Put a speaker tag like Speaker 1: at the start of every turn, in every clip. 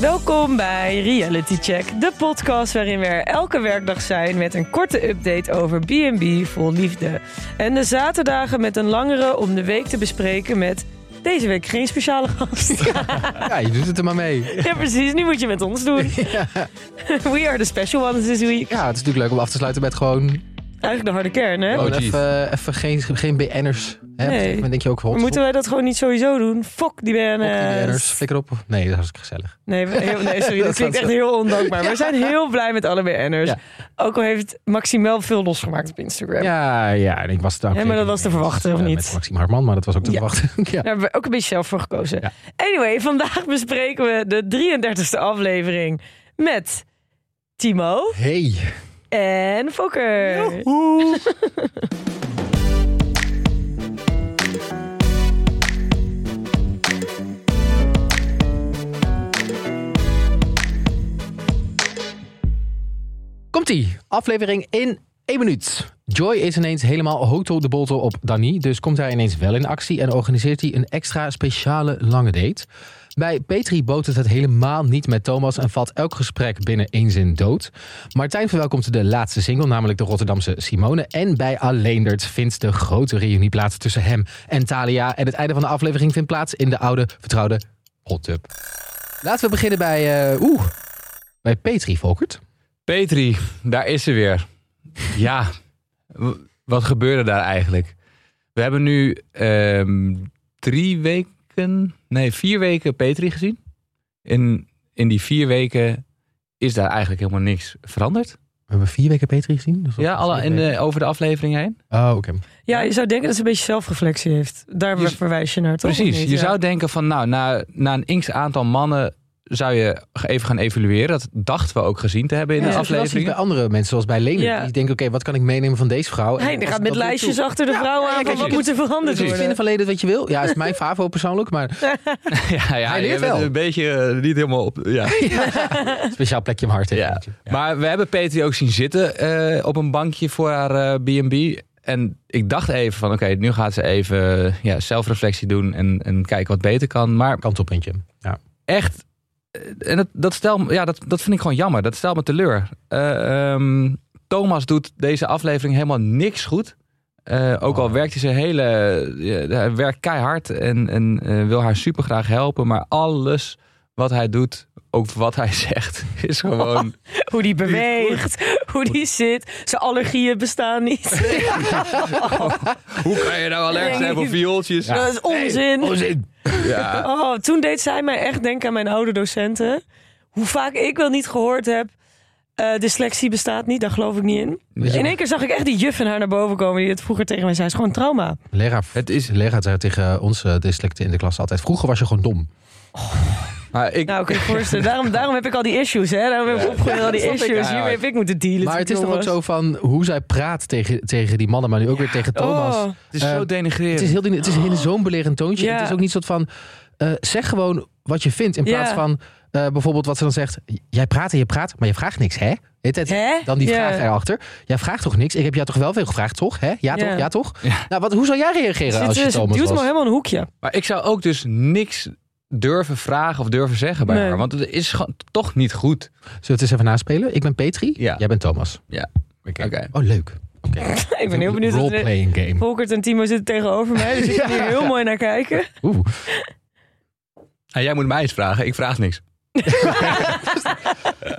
Speaker 1: Welkom bij Reality Check, de podcast waarin we er elke werkdag zijn met een korte update over B&B vol liefde. En de zaterdagen met een langere om de week te bespreken met deze week geen speciale gast.
Speaker 2: Ja, je doet het er maar mee.
Speaker 1: ja precies, nu moet je met ons doen. We are the special ones this week.
Speaker 2: Ja, het is natuurlijk leuk om af te sluiten met gewoon,
Speaker 1: Eigenlijk de harde kern hè?
Speaker 2: gewoon
Speaker 3: jeez.
Speaker 2: even, even geen, geen BN'ers. Hè? Op een
Speaker 1: Oh, Nee.
Speaker 2: gegeven moment denk je ook, hot,
Speaker 1: Maar moeten eh, wij dat gewoon niet sowieso doen? Fuck die
Speaker 2: hot, die BN'ers,
Speaker 1: BN'ers.
Speaker 2: flikker op. Nee, dat is hartstikke gezellig.
Speaker 1: Nee, we- heel- nee, sorry, dat
Speaker 2: Dat
Speaker 1: klinkt
Speaker 2: gaat
Speaker 1: echt
Speaker 2: zo.
Speaker 1: heel ondankbaar. We zijn heel blij met alle BN'ers.
Speaker 2: Ja.
Speaker 1: Ook al heeft Maximaal veel losgemaakt op Instagram.
Speaker 2: Ja, ja, en ik was het ook.
Speaker 1: Ja, maar dat was te verwachten, of
Speaker 2: Met
Speaker 1: niet?
Speaker 2: Maxime Hartman, maar dat was ook te
Speaker 1: Ja.
Speaker 2: verwachten. ja.
Speaker 1: Daar hebben we ook een beetje zelf voor gekozen.
Speaker 2: Ja.
Speaker 1: Anyway, vandaag bespreken we de 33e aflevering met Timo
Speaker 2: Hey.
Speaker 1: en Fokker.
Speaker 2: Komt-ie. Aflevering in één minuut. Joy is ineens helemaal hoto de bolto op Danny, dus komt hij ineens wel in actie en organiseert hij een extra speciale lange date. Bij Petri botert het helemaal niet met Thomas en valt elk gesprek binnen één zin dood. Martijn verwelkomt de laatste single, namelijk de Rotterdamse Simone. En bij Alleendert vindt de grote reunie plaats tussen hem en Thalia. En het einde van de aflevering vindt plaats in de oude, vertrouwde hot tub. Laten we beginnen bij, eh, oeh, bij Petri, Volkert.
Speaker 3: Petri, daar is ze weer. Ja, w- wat gebeurde daar eigenlijk? We hebben nu ehm, drie weken, nee, vier weken Petri gezien. In, in die vier weken is daar eigenlijk helemaal niks veranderd.
Speaker 2: We hebben vier weken Petri gezien. Dus dat
Speaker 3: Ja,
Speaker 2: is
Speaker 3: alle,
Speaker 2: vier
Speaker 3: in
Speaker 2: weken.
Speaker 3: de, over de aflevering heen.
Speaker 2: Oh, oké.
Speaker 1: Ja, je zou denken dat ze een beetje zelfreflectie heeft. Daar
Speaker 3: Je-
Speaker 1: verwijs je naar, toch?
Speaker 3: Precies.
Speaker 1: Of niet?
Speaker 3: je
Speaker 1: Ja.
Speaker 3: zou denken van, nou, na, na een x aantal mannen zou je even gaan evalueren. Dat dachten we ook gezien te hebben in
Speaker 1: Ja,
Speaker 3: de
Speaker 1: dat
Speaker 2: Zoals
Speaker 3: aflevering.
Speaker 2: bij andere mensen, zoals bij Lene.
Speaker 1: Ja.
Speaker 2: Die denken, oké, wat kan ik meenemen van deze vrouw?
Speaker 1: Hij
Speaker 2: En dan
Speaker 1: gaat
Speaker 2: passen
Speaker 1: met
Speaker 2: dat weer
Speaker 1: lijstjes
Speaker 2: toe.
Speaker 1: achter de vrouwen aan van
Speaker 2: kijk,
Speaker 1: wat
Speaker 2: je-
Speaker 1: moet er veranderd
Speaker 2: Ik
Speaker 1: worden.
Speaker 2: vind van leden wat je wil. Ja, is mijn favo persoonlijk, maar
Speaker 3: Ja, ja,
Speaker 2: Hij
Speaker 3: je
Speaker 2: leert
Speaker 3: bent
Speaker 2: wel.
Speaker 3: Een beetje eh, niet helemaal op. Ja.
Speaker 2: een speciaal plekje in mijn hart. hè,
Speaker 3: Ja.
Speaker 2: weet je. Ja.
Speaker 3: Maar we hebben Petri ook zien zitten eh, op een bankje voor haar eh, B&B. en ik dacht even van, oké, nu gaat ze even eh, ja, zelfreflectie doen en, en kijken wat beter kan. Maar
Speaker 2: Kant op, eentje. Ja.
Speaker 3: echt, eh, en dat, dat, stel, ja, dat, dat vind ik gewoon jammer. Dat stelt me teleur. Eh, ehm, Thomas doet deze aflevering helemaal niks goed. Eh, ook al
Speaker 2: Oh.
Speaker 3: werkt hij zijn hele, eh, ja, hij werkt keihard en, en eh, wil haar super graag helpen. Maar alles wat hij doet, ook wat hij zegt, is gewoon
Speaker 1: Hoe die beweegt, hoe die zit. Zijn allergieën bestaan niet.
Speaker 3: Hoe kan je nou allergisch zijn voor viooltjes?
Speaker 1: Dat is onzin.
Speaker 2: Eh?
Speaker 3: Ja.
Speaker 1: Oh, toen deed zij mij echt denken aan mijn oude docenten. Hoe vaak ik wel niet gehoord heb. eh dyslexie bestaat niet, daar geloof ik niet in.
Speaker 2: Ja.
Speaker 1: In één keer zag ik echt die juf en haar naar boven komen die het vroeger tegen mij zei. Het is gewoon trauma.
Speaker 2: Leraar, het is... leraar zei tegen onze dyslecten in de klas altijd... Vroeger was je gewoon dom.
Speaker 3: Maar ik,
Speaker 1: Nou, kun je je voorstellen. Daarom, daarom heb ik al die issues, hè. Daarom heb ik opgegroeid al die
Speaker 3: snap ik.
Speaker 1: issues.
Speaker 3: Ja,
Speaker 1: Hiermee heb ik moeten dealen.
Speaker 2: Maar het is
Speaker 1: toen,
Speaker 2: toch ook zo
Speaker 1: jongens.
Speaker 2: van hoe zij praat tegen, tegen die mannen... maar nu ook weer tegen Thomas.
Speaker 1: Oh.
Speaker 3: het is
Speaker 2: Eh,
Speaker 3: zo denigrerend.
Speaker 2: Het is, heel, het is in zo'n belerend toontje.
Speaker 1: Ja.
Speaker 2: Het is ook niet soort van... eh, zeg gewoon wat je vindt. In plaats
Speaker 1: Ja.
Speaker 2: van eh, bijvoorbeeld wat ze dan zegt. Jij praat en je praat, maar je vraagt niks, hè? Heet het,
Speaker 1: Hè?
Speaker 2: Dan die
Speaker 1: Ja.
Speaker 2: vraag erachter. Jij vraagt toch niks? Ik heb jou toch wel veel gevraagd, toch? Hè? Ja, toch?
Speaker 1: Ja.
Speaker 2: Ja, toch? Nou, wat, hoe zou jij reageren
Speaker 1: Ze-
Speaker 2: als je
Speaker 1: ze- Ze
Speaker 2: Thomas
Speaker 1: duwt
Speaker 2: was?
Speaker 1: me helemaal in een hoekje.
Speaker 3: Maar ik zou ook dus niks durven vragen of durven zeggen bij
Speaker 1: Nee.
Speaker 3: haar. Want het is gewoon toch niet goed.
Speaker 2: Zullen we het eens even naspelen? Ik ben Petri,
Speaker 3: Ja.
Speaker 2: jij bent Thomas.
Speaker 3: Oké.
Speaker 2: Oh, leuk.
Speaker 1: ik ben heel benieuwd. wat er-
Speaker 2: Role-playing game.
Speaker 1: Volkert en Timo zitten tegenover mij, dus ik kan hier heel mooi naar kijken.
Speaker 2: Oeh.
Speaker 3: En jij moet mij eens vragen. Ik vraag niks.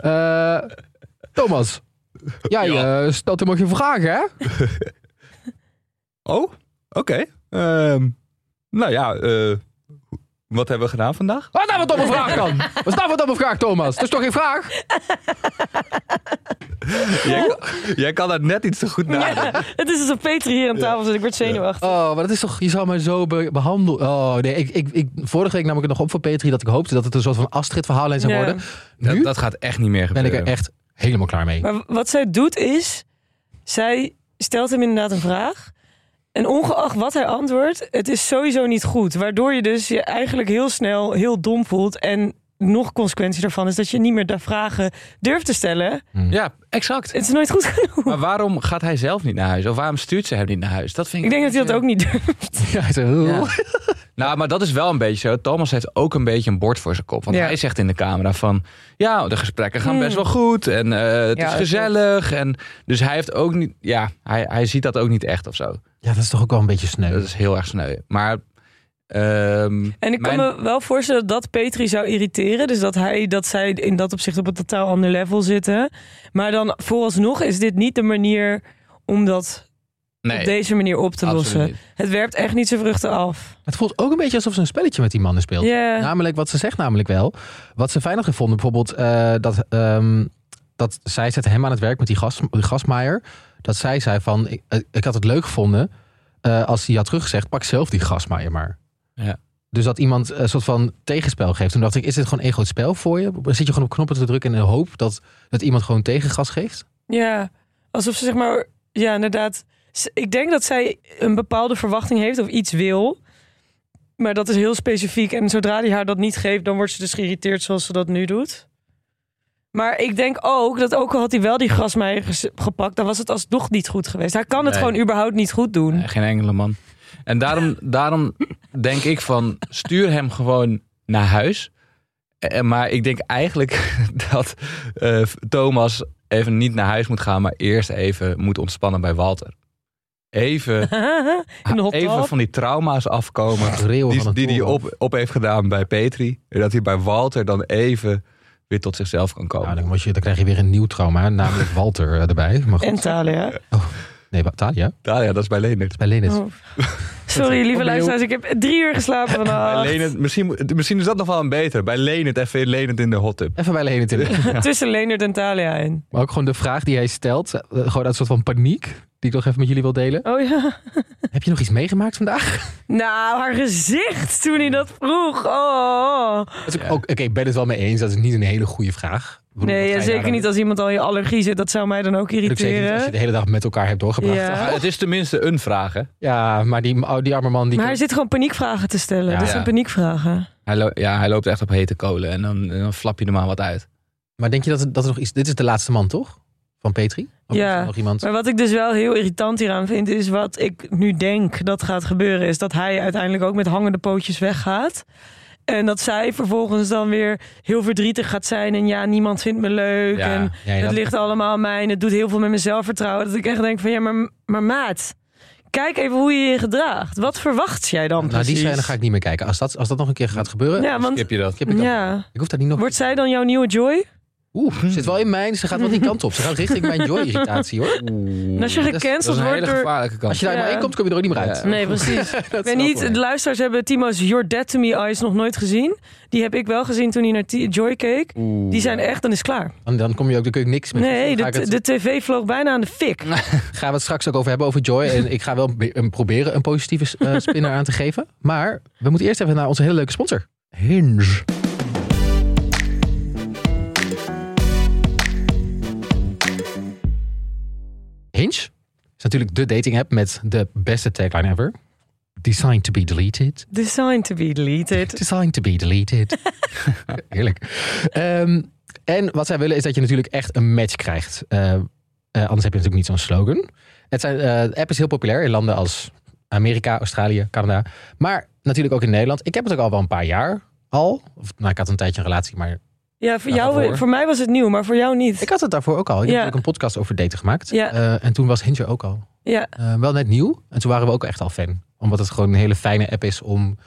Speaker 2: Eh, Thomas, jij
Speaker 3: Ja.
Speaker 2: eh, stelt hem ook je vragen, hè?
Speaker 3: Oh, oké. Ehm, nou ja, eh, wat hebben we gedaan vandaag?
Speaker 2: Wat is nou wat domme vraag dan? Wat is nou wat domme vraag, Thomas? Dat is toch geen vraag?
Speaker 3: Jij, kan- jij kan dat net iets te goed nadenken.
Speaker 2: Nou.
Speaker 1: Ja, het is alsof Petri hier aan tafel zit. Ik word zenuwachtig.
Speaker 2: Oh, maar dat is toch, je zou mij zo be- behandelen. Oh nee, ik, ik, ik, vorige week nam ik het nog op voor Petri dat ik hoopte dat het een soort van Astrid-verhaallijn zou
Speaker 1: Ja.
Speaker 2: worden. Nu
Speaker 3: Dat, dat gaat echt niet
Speaker 2: ben
Speaker 3: meer gebeuren.
Speaker 2: ik er echt helemaal klaar mee.
Speaker 1: Maar wat zij doet is, zij stelt hem inderdaad een vraag. En ongeacht wat hij antwoordt, het is sowieso niet goed. Waardoor je dus je eigenlijk heel snel heel dom voelt en nog consequentie daarvan is dat je niet meer de vragen durft te stellen.
Speaker 3: Ja, exact.
Speaker 1: Het is nooit goed genoeg.
Speaker 3: Maar waarom gaat hij zelf niet naar huis? Of waarom stuurt ze hem niet naar huis? Dat vind ik.
Speaker 1: Ik denk dat hij dat ook niet durft.
Speaker 2: Ja, hij zegt, "Ugh."
Speaker 3: Ja. nou, maar dat is wel een beetje zo. Thomas heeft ook een beetje een bord voor zijn kop. Want
Speaker 1: Ja.
Speaker 3: hij zegt in de camera van... Ja, de gesprekken gaan
Speaker 1: Mm.
Speaker 3: best wel goed. En eh, het
Speaker 1: Ja,
Speaker 3: is
Speaker 1: dat
Speaker 3: gezellig. En, dus hij heeft ook niet... Ja, hij, hij ziet dat ook niet echt of zo.
Speaker 2: Ja, dat is toch ook wel een beetje sneu.
Speaker 3: Dat is heel erg sneu. Maar... ehm,
Speaker 1: En ik kan
Speaker 3: mijn-
Speaker 1: me wel voorstellen dat dat Petri zou irriteren. Dus dat, hij, dat zij in dat opzicht op een totaal ander level zitten. Maar dan vooralsnog is dit niet de manier om dat op
Speaker 3: Nee,
Speaker 1: deze manier op te
Speaker 3: absoluut
Speaker 1: lossen.
Speaker 3: niet.
Speaker 1: Het werpt echt niet zijn vruchten af.
Speaker 2: Het voelt ook een beetje alsof ze een spelletje met die mannen
Speaker 1: Ja,
Speaker 2: speelt. Namelijk, wat ze zegt namelijk wel. Wat ze fijn had gevonden, bijvoorbeeld eh, dat, ehm, dat zij zette hem aan het werk met die gas, gasmaaier. Dat zij zei van, ik, eh, ik had het leuk gevonden eh, als hij had teruggezegd, pak zelf die gasmaaier maar.
Speaker 3: Ja.
Speaker 2: Dus dat iemand eh, een soort van tegenspel geeft. Toen dacht ik, is dit gewoon een groot spel voor je? Dan zit je gewoon op knoppen te drukken in de hoop dat, dat iemand gewoon tegengas geeft?
Speaker 1: ja. alsof ze zeg maar... Ja, inderdaad. Z- Ik denk dat zij een bepaalde verwachting heeft of iets wil. Maar dat is heel specifiek. En zodra die haar dat niet geeft, dan wordt ze dus geïrriteerd zoals ze dat nu doet. Maar ik denk ook dat ook al had hij wel die grasmeijer ges- gepakt, dan was het alsnog niet goed geweest. Hij kan het
Speaker 3: Nee.
Speaker 1: gewoon überhaupt niet goed doen.
Speaker 3: Nee, geen enkele man. En daarom, daarom denk ik van, stuur hem gewoon naar huis. Eh, Maar ik denk eigenlijk dat eh, Thomas even niet naar huis moet gaan, maar eerst even moet ontspannen bij Walter. Even,
Speaker 1: In de hot
Speaker 3: even
Speaker 1: tub.
Speaker 3: van die trauma's afkomen
Speaker 2: Het reeuwen van
Speaker 3: die
Speaker 2: het
Speaker 3: die hij
Speaker 2: toren.
Speaker 3: op, op heeft gedaan bij Petri. En dat hij bij Walter dan even weer tot zichzelf kan komen.
Speaker 2: Nou, dan, moet je, dan krijg je weer een nieuw trauma, namelijk Walter eh, erbij. Maar goed.
Speaker 1: En talen, ja.
Speaker 2: Nee, Talia, dat
Speaker 3: Daar, ja, dat is bij Leonard.
Speaker 2: is bij Lenin.
Speaker 1: Oh. Sorry, lieve
Speaker 3: Opnieuw.
Speaker 1: luisteraars. Ik heb drie uur geslapen
Speaker 3: Bij
Speaker 1: vandaag.
Speaker 3: Leonard misschien, moet- misschien is dat nog wel een beter. Bij Leonard, even Leonard in de hot tub.
Speaker 2: Even bij Lenin. in.
Speaker 1: Tussen Leonard en Talia in.
Speaker 2: Maar ook gewoon de vraag die hij stelt, eh, gewoon uit soort van paniek, die ik nog even met jullie wil delen.
Speaker 1: Oh ja.
Speaker 2: Heb je nog iets meegemaakt vandaag?
Speaker 1: Nou, haar gezicht toen hij dat vroeg. Oh.
Speaker 2: Dat is ook- ook- Oké, ik ben het wel mee eens, dat is niet een hele goede vraag. Ik bedoel,
Speaker 1: Nee,
Speaker 2: wat
Speaker 1: ja,
Speaker 2: ga je
Speaker 1: zeker
Speaker 2: daar-
Speaker 1: niet als iemand al in je allergie zit. Dat zou mij dan ook
Speaker 2: En ook zeker niet als je
Speaker 1: irriteren.
Speaker 2: de hele dag met elkaar hebt doorgebracht.
Speaker 1: Ja.
Speaker 2: Ja,
Speaker 3: Maar het is tenminste een vraag, hè?
Speaker 2: maar die, oh, die arme man... Die
Speaker 1: Maar hij zit gewoon paniekvragen te stellen.
Speaker 2: Ja.
Speaker 1: Dit zijn paniekvragen.
Speaker 3: Hij lo- ja, hij loopt echt op hete kolen en dan, en dan flap je er maar wat uit.
Speaker 2: maar denk je dat, het- dat er nog iets... Dit is de laatste man, toch? Van Petri? Of
Speaker 1: Ja.
Speaker 2: is er nog iemand?
Speaker 1: Maar wat ik dus wel heel irritant hieraan vind, is wat ik nu denk dat gaat gebeuren, is dat hij uiteindelijk ook met hangende pootjes weggaat. En dat zij vervolgens dan weer heel verdrietig gaat zijn. En ja, niemand vindt me leuk.
Speaker 3: Ja.
Speaker 1: En
Speaker 2: Ja, ja,
Speaker 1: het
Speaker 2: dat-
Speaker 1: ligt allemaal aan mij. En het doet heel veel met mijn zelfvertrouwen. Dat ik echt denk van ja, maar, maar maat, kijk even hoe je je gedraagt. Wat verwacht jij dan
Speaker 2: nou, die
Speaker 1: precies?
Speaker 2: scène ga ik niet meer kijken. Als dat, als dat nog een keer gaat gebeuren...
Speaker 1: Ja, want
Speaker 3: Skip je dat?
Speaker 2: skip ik, dat.
Speaker 1: ja.
Speaker 2: ik hoef daar niet nog...
Speaker 1: wordt zij dan jouw nieuwe Joy?
Speaker 2: Mm, Oeh, zit wel in mijn... Ze gaat wel die kant op. Ze gaat richting mijn joy-irritatie, hoor.
Speaker 1: En als je
Speaker 2: dat is-
Speaker 3: dat is
Speaker 1: gecanceld
Speaker 3: een
Speaker 1: wordt
Speaker 3: hele
Speaker 1: door...
Speaker 3: gevaarlijke kant.
Speaker 2: Als je daar
Speaker 1: Ja.
Speaker 2: maar in komt, kom je er ook niet meer uit.
Speaker 3: Ja.
Speaker 1: Nee, precies. Ik weet
Speaker 2: snap
Speaker 1: niet,
Speaker 2: ik.
Speaker 1: de luisteraars hebben Timo's Your Dead to Me Eyes nog nooit gezien. Die heb ik wel gezien toen hij naar T- Joy keek.
Speaker 3: Oeh.
Speaker 1: Die zijn echt, dan is het klaar.
Speaker 2: Dan, dan kom je ook, dan kun je niks meer.
Speaker 1: Nee,
Speaker 2: Dan ga
Speaker 1: de,
Speaker 2: ik het-
Speaker 1: de tv vloog bijna aan de fik.
Speaker 2: gaan we het straks ook over hebben over Joy. En ik ga wel be- een- proberen een positieve eh, spinner aan te geven. Maar we moeten eerst even naar onze hele leuke sponsor. Hinge. Hinge is natuurlijk de dating app met de beste tagline ever. Designed to be deleted.
Speaker 1: Designed to be deleted.
Speaker 2: Designed to be deleted. Heerlijk. Ehm, en wat zij willen is dat je natuurlijk echt een match krijgt. Eh, eh, anders heb je natuurlijk niet zo'n slogan. Het zijn, eh, de app is heel populair in landen als Amerika, Australië, Canada. Maar natuurlijk ook in Nederland. Ik heb het ook al wel een paar jaar al. Of, nou, ik had een tijdje een relatie, maar
Speaker 1: Ja, voor,
Speaker 2: Ja,
Speaker 1: jou,
Speaker 2: daarvoor.
Speaker 1: voor mij was het nieuw, maar voor jou niet.
Speaker 2: ik had het daarvoor ook al. Ik
Speaker 1: Ja.
Speaker 2: heb ook een podcast over daten gemaakt.
Speaker 1: Ja.
Speaker 2: Eh, en toen was Hinge er ook al.
Speaker 1: Ja,
Speaker 2: Eh, wel net nieuw. En toen waren we ook echt al fan. Omdat het gewoon een hele fijne app is om een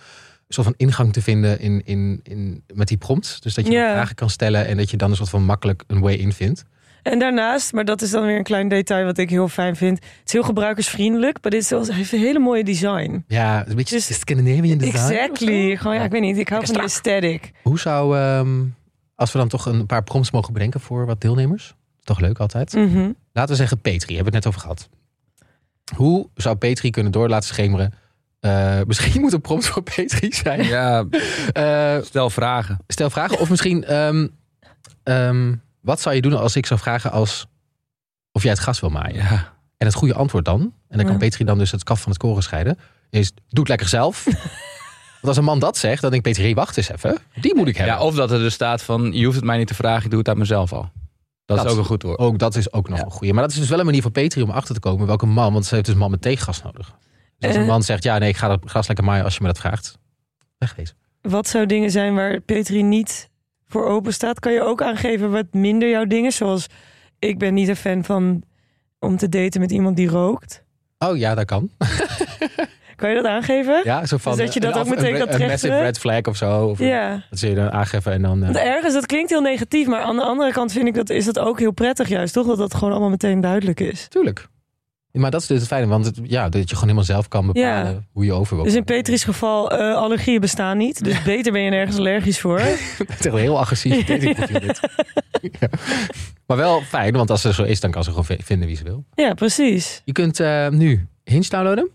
Speaker 2: soort van ingang te vinden in, in, in, met die prompt. Dus dat je
Speaker 1: Ja.
Speaker 2: dan vragen kan stellen en dat je dan een soort van makkelijk een way in vindt.
Speaker 1: en daarnaast, maar dat is dan weer een klein detail wat ik heel fijn vind. Het is heel gebruikersvriendelijk, maar dit is wel- het heeft een hele mooie design.
Speaker 2: Ja, een beetje
Speaker 1: Dus-
Speaker 2: Scandinavian design. of zo.
Speaker 1: Exactly. Gewoon, ja, ik weet niet, ik hou van de aesthetic.
Speaker 2: Hoe zou, ehm, als we dan toch een paar prompts mogen bedenken voor wat deelnemers. Toch leuk altijd.
Speaker 1: Mhm.
Speaker 2: Laten we zeggen Petri, hebben we het net over gehad. Hoe zou Petri kunnen door laten schemeren? Eh, misschien moet een prompt voor Petri zijn.
Speaker 3: Ja,
Speaker 2: Eh,
Speaker 3: stel vragen.
Speaker 2: stel vragen. Of misschien, ehm, ehm, wat zou je doen als ik zou vragen als of jij het gas wil maaien?
Speaker 3: Ja.
Speaker 2: En het goede antwoord dan, en dan kan
Speaker 1: Ja.
Speaker 2: Petri dan dus het kaf van het koren scheiden, is doe het lekker zelf. Want als een man dat zegt, dan denk ik, Peter, hey, wacht eens even. Die moet ik hebben.
Speaker 3: Ja, of dat er dus staat van, je hoeft het mij niet te vragen, ik doe het uit mezelf al. Dat,
Speaker 2: Dat-
Speaker 3: is ook een goed woord.
Speaker 2: Ook dat is ook nog
Speaker 3: Ja.
Speaker 2: een goeie. Maar dat is dus wel een manier voor Petri om achter te komen welke man, want ze heeft dus man met tegengas nodig. Dus als een
Speaker 1: Eh.
Speaker 2: man zegt, ja nee, ik ga dat gras lekker maaien als je me dat vraagt. Wegwezen.
Speaker 1: Wat zou dingen zijn waar Petri niet voor open staat? Kan je ook aangeven wat minder jouw dingen? Zoals ik ben niet een fan van om te daten met iemand die rookt.
Speaker 2: Oh ja, dat kan.
Speaker 1: Kan je dat aangeven?
Speaker 2: Ja, zo van,
Speaker 1: Dus dat je
Speaker 2: eh,
Speaker 1: dat ook
Speaker 2: of een
Speaker 1: meteen
Speaker 2: re-
Speaker 1: kan
Speaker 2: Een massive
Speaker 1: trechteren?
Speaker 2: red flag of zo. Of
Speaker 1: Ja.
Speaker 2: Dat ze je dan aangeven en dan... eh,
Speaker 1: Want ergens, dat klinkt heel negatief, maar aan de andere kant vind ik dat is dat ook heel prettig juist, toch? Dat dat gewoon allemaal meteen duidelijk is.
Speaker 2: tuurlijk. Maar dat is dus het fijne, want het- ja, dat je gewoon helemaal zelf kan bepalen hoe je over wil
Speaker 1: Dus in
Speaker 2: komen.
Speaker 1: Petri's geval, eh, allergieën bestaan niet, dus beter ben je nergens allergisch voor.
Speaker 2: Het is echt een heel agressief datingprofiel dit. Ja. Maar wel fijn, want als ze zo is, dan kan ze gewoon vi- vinden wie ze wil.
Speaker 1: Ja, precies.
Speaker 2: Je kunt eh, nu Hinge downloaden.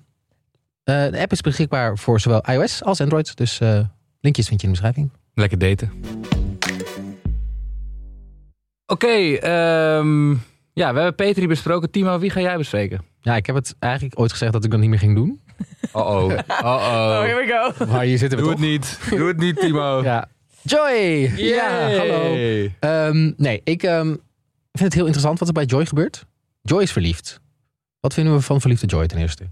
Speaker 2: Eh, de app is beschikbaar voor zowel iOS als Android. Dus eh, linkjes vind je in de beschrijving.
Speaker 3: Lekker daten. Oké, ehm, ja, we hebben Petri besproken. Timo, wie ga jij bespreken?
Speaker 2: Ja, ik heb het eigenlijk ooit gezegd dat ik dat niet meer ging doen.
Speaker 3: Oh-oh,
Speaker 1: Oh,
Speaker 3: oh-oh.
Speaker 1: here we go.
Speaker 2: Maar hier zitten we
Speaker 3: Doe het
Speaker 2: toch.
Speaker 3: niet, doe het niet, Timo.
Speaker 2: Ja. Joy! Ja,
Speaker 3: Yay.
Speaker 2: hallo. Ehm, nee, ik ehm, vind het heel interessant wat er bij Joy gebeurt. Joy is verliefd. Wat vinden we van verliefde Joy ten eerste?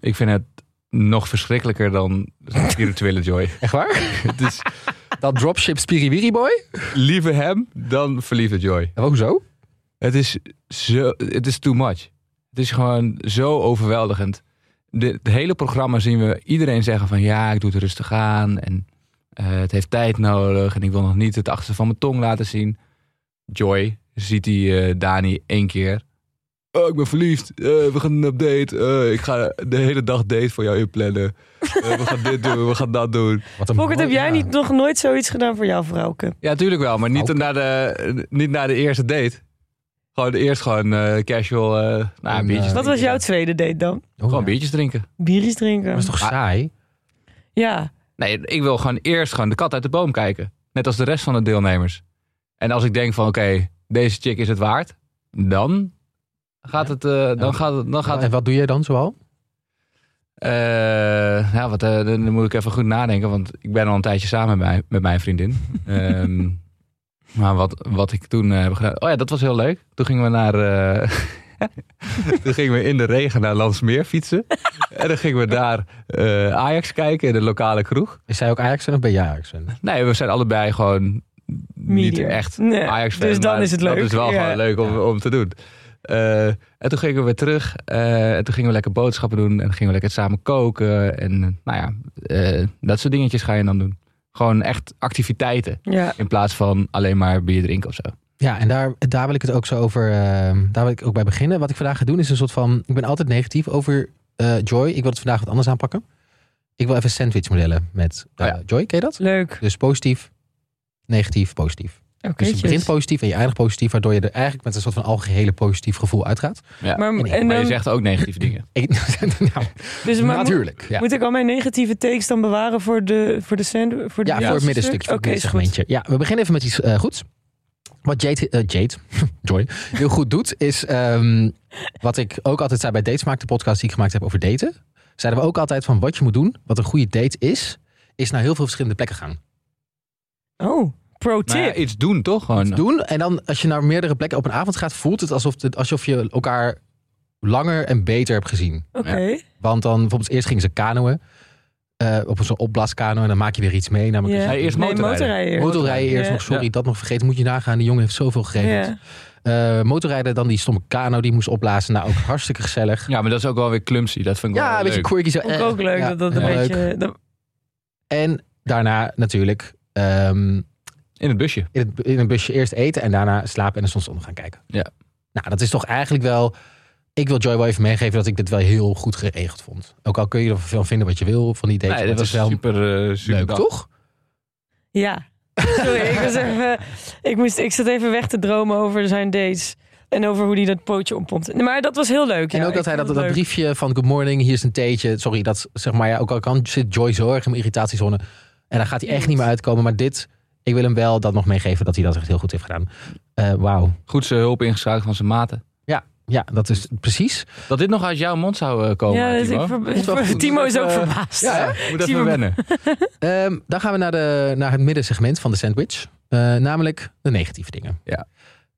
Speaker 3: Ik vind het nog verschrikkelijker dan spirituele joy.
Speaker 2: Echt waar?
Speaker 3: het is
Speaker 2: dat dropship Spiriwiri Boy?
Speaker 3: liever hem dan verliefde joy.
Speaker 2: En hoezo?
Speaker 3: Het is, zo, het is too much. Het is gewoon zo overweldigend. De, het hele programma zien we iedereen zeggen van ja, ik doe het rustig aan. En eh, het heeft tijd nodig. En ik wil nog niet het achterste van mijn tong laten zien. Joy ziet die eh, Dani één keer. Oh, ik ben verliefd. Eh, we gaan een date. Eh, ik ga de hele dag date voor jou inplannen. Eh, we gaan dit doen, we gaan dat doen.
Speaker 2: Wat een
Speaker 1: Pocket,
Speaker 2: mooi-
Speaker 1: heb jij
Speaker 2: ja.
Speaker 1: niet, nog nooit zoiets gedaan voor jouw vrouwke?
Speaker 3: Ja, tuurlijk wel, maar niet,
Speaker 2: Oké.
Speaker 3: naar, de, niet naar de eerste date. Gewoon eerst gewoon eh, casual, eh nou,
Speaker 2: En,
Speaker 3: biertjes
Speaker 2: eh,
Speaker 1: Wat was jouw tweede date dan?
Speaker 2: Oh,
Speaker 3: Gewoon
Speaker 2: ja.
Speaker 3: biertjes drinken.
Speaker 1: Biertjes
Speaker 2: Dat
Speaker 1: drinken?
Speaker 2: is toch
Speaker 3: Ah.
Speaker 2: saai?
Speaker 1: Ja.
Speaker 3: Nee, ik wil gewoon eerst gewoon de kat uit de boom kijken. Net als de rest van de deelnemers. En als ik denk van, oké, deze chick is het waard. Dan gaat het... eh, dan,
Speaker 2: Ja.
Speaker 3: gaat het dan gaat
Speaker 2: En
Speaker 3: het...
Speaker 2: wat doe jij dan zoal?
Speaker 3: eh, ja, wat, eh, dan dan moet ik even goed nadenken. Want ik ben al een tijdje samen met mijn, met mijn vriendin. Ehm, maar wat, wat ik toen eh, heb gedaan... Oh ja, dat was heel leuk. Toen gingen we naar... eh, toen gingen we in de regen naar Landsmeer fietsen. en dan gingen we daar eh, Ajax kijken in de lokale kroeg.
Speaker 2: Is zij ook Ajax en of ben jij Ajax?
Speaker 3: Nee, we zijn allebei gewoon niet
Speaker 1: Medium.
Speaker 3: echt
Speaker 1: Nee,
Speaker 3: ajax
Speaker 1: dus dan is het leuk.
Speaker 3: Dat is wel
Speaker 1: Ja.
Speaker 3: gewoon leuk om, om te doen. Eh, en toen gingen we weer terug. eh, en toen gingen we lekker boodschappen doen. En dan gingen we lekker samen koken. En eh, nou ja, eh, dat soort dingetjes ga je dan doen. Gewoon echt activiteiten.
Speaker 1: Ja.
Speaker 3: In plaats van alleen maar bier drinken of zo.
Speaker 2: Ja, en daar, daar wil ik het ook zo over. ehm, daar wil ik ook bij beginnen. Wat ik vandaag ga doen is een soort van. Ik ben altijd negatief over eh, Joy. Ik wil het vandaag wat anders aanpakken. Ik wil even sandwich modellen met eh,
Speaker 3: Oh ja.
Speaker 2: Joy. Ken je dat?
Speaker 1: Leuk.
Speaker 2: Dus positief, negatief, positief. Dus je begint
Speaker 1: Oké.
Speaker 2: positief en je eindigt positief, waardoor je er eigenlijk met een soort van algehele positief gevoel uitgaat.
Speaker 3: Ja.
Speaker 1: Maar,
Speaker 2: Nee,
Speaker 1: en
Speaker 3: maar je
Speaker 1: dan,
Speaker 3: zegt ook negatieve dingen.
Speaker 2: Ik- nou,
Speaker 1: dus, maar, mo-
Speaker 2: natuurlijk. Ja.
Speaker 1: moet ik al mijn negatieve takes dan bewaren voor de voor de sand, voor de
Speaker 2: Ja, voor het middenstuk, voor
Speaker 1: Oké,
Speaker 2: het
Speaker 1: is goed.
Speaker 2: middensegmentje. Ja, we beginnen even met iets eh, goeds. Wat Jade, eh, Jade Joy, heel goed doet, is ehm, wat ik ook altijd zei bij Datesmaak, de podcast die ik gemaakt heb over daten. Zeiden we ook altijd van wat je moet doen, wat een goede date is, is naar heel veel verschillende plekken gaan.
Speaker 1: Oh, pro tip.
Speaker 3: Maar Nou ja, iets doen toch? Gewoon.
Speaker 2: Doen en dan als je naar meerdere plekken op een avond gaat, voelt het alsof, het, alsof je elkaar langer en beter hebt gezien.
Speaker 1: Oké.
Speaker 2: Want dan bijvoorbeeld eerst gingen ze kanoën, eh, op zo'n opblaaskanoën en dan maak je weer iets mee. Namelijk
Speaker 1: Ja.
Speaker 2: een-
Speaker 3: Hij eerst
Speaker 1: Nee,
Speaker 3: motorrijden.
Speaker 1: motorrijden eerst.
Speaker 2: Motorrijden eerst
Speaker 1: Ja.
Speaker 2: nog, sorry, dat nog vergeten. Moet je nagaan, die jongen heeft zoveel geregeld.
Speaker 1: Ja.
Speaker 2: Eh, motorrijden, dan die stomme kano die moest opblazen. Nou, ook hartstikke gezellig.
Speaker 3: Ja, maar dat is ook wel weer clumsy. Dat vind ik wel
Speaker 2: Ja, een
Speaker 3: weer
Speaker 2: beetje
Speaker 3: leuk.
Speaker 2: quirky. Zo,
Speaker 1: Vond ik
Speaker 2: eh,
Speaker 1: ook leuk
Speaker 2: ja,
Speaker 1: dat dat een
Speaker 2: ja.
Speaker 1: beetje... dat-
Speaker 2: En daarna natuurlijk ehm,
Speaker 3: In het busje.
Speaker 2: in, het, in een busje eerst eten en daarna slapen en de zonsonder gaan kijken.
Speaker 3: Ja.
Speaker 2: Nou, dat is toch eigenlijk wel... Ik wil Joy wel even meegeven dat ik dit wel heel goed geregeld vond. Ook al kun je ervan vinden wat je wil van die dates.
Speaker 3: Nee,
Speaker 2: maar
Speaker 3: dat
Speaker 2: het
Speaker 3: was
Speaker 2: is wel
Speaker 3: super, eh, super
Speaker 2: leuk,
Speaker 3: dag.
Speaker 2: toch?
Speaker 1: Ja. Sorry, ik, was even, ik, moest, ik zat even weg te dromen over zijn dates. En over hoe hij dat pootje ompompt. Nee, Maar dat was heel leuk.
Speaker 2: En
Speaker 1: ja.
Speaker 2: ook dat
Speaker 1: Ik
Speaker 2: hij dat,
Speaker 1: vond
Speaker 2: dat
Speaker 1: het leuk.
Speaker 2: briefje van good morning, hier is een theetje. Sorry, dat zeg maar ja, ook al kan zit Joy zo erg in mijn irritatiezone. En daar gaat hij echt niet meer uitkomen. Maar dit, ik wil hem wel dat nog meegeven dat hij dat echt heel goed heeft gedaan. Eh Wauw.
Speaker 3: Goed zijn hulp ingeschakeld van zijn maten.
Speaker 2: Ja, dat is precies.
Speaker 3: Dat dit nog uit jouw mond zou eh, komen,
Speaker 1: ja, dat
Speaker 3: Timo.
Speaker 1: ik ver-
Speaker 2: Moet wel goed.
Speaker 1: Timo is ook
Speaker 2: Eh,
Speaker 1: verbaasd.
Speaker 3: Ja, hè? moet
Speaker 1: Timo-
Speaker 3: even wennen.
Speaker 2: Ehm, dan gaan we naar, de, naar het middensegment van de sandwich. Eh, namelijk de negatieve dingen.
Speaker 3: Ja.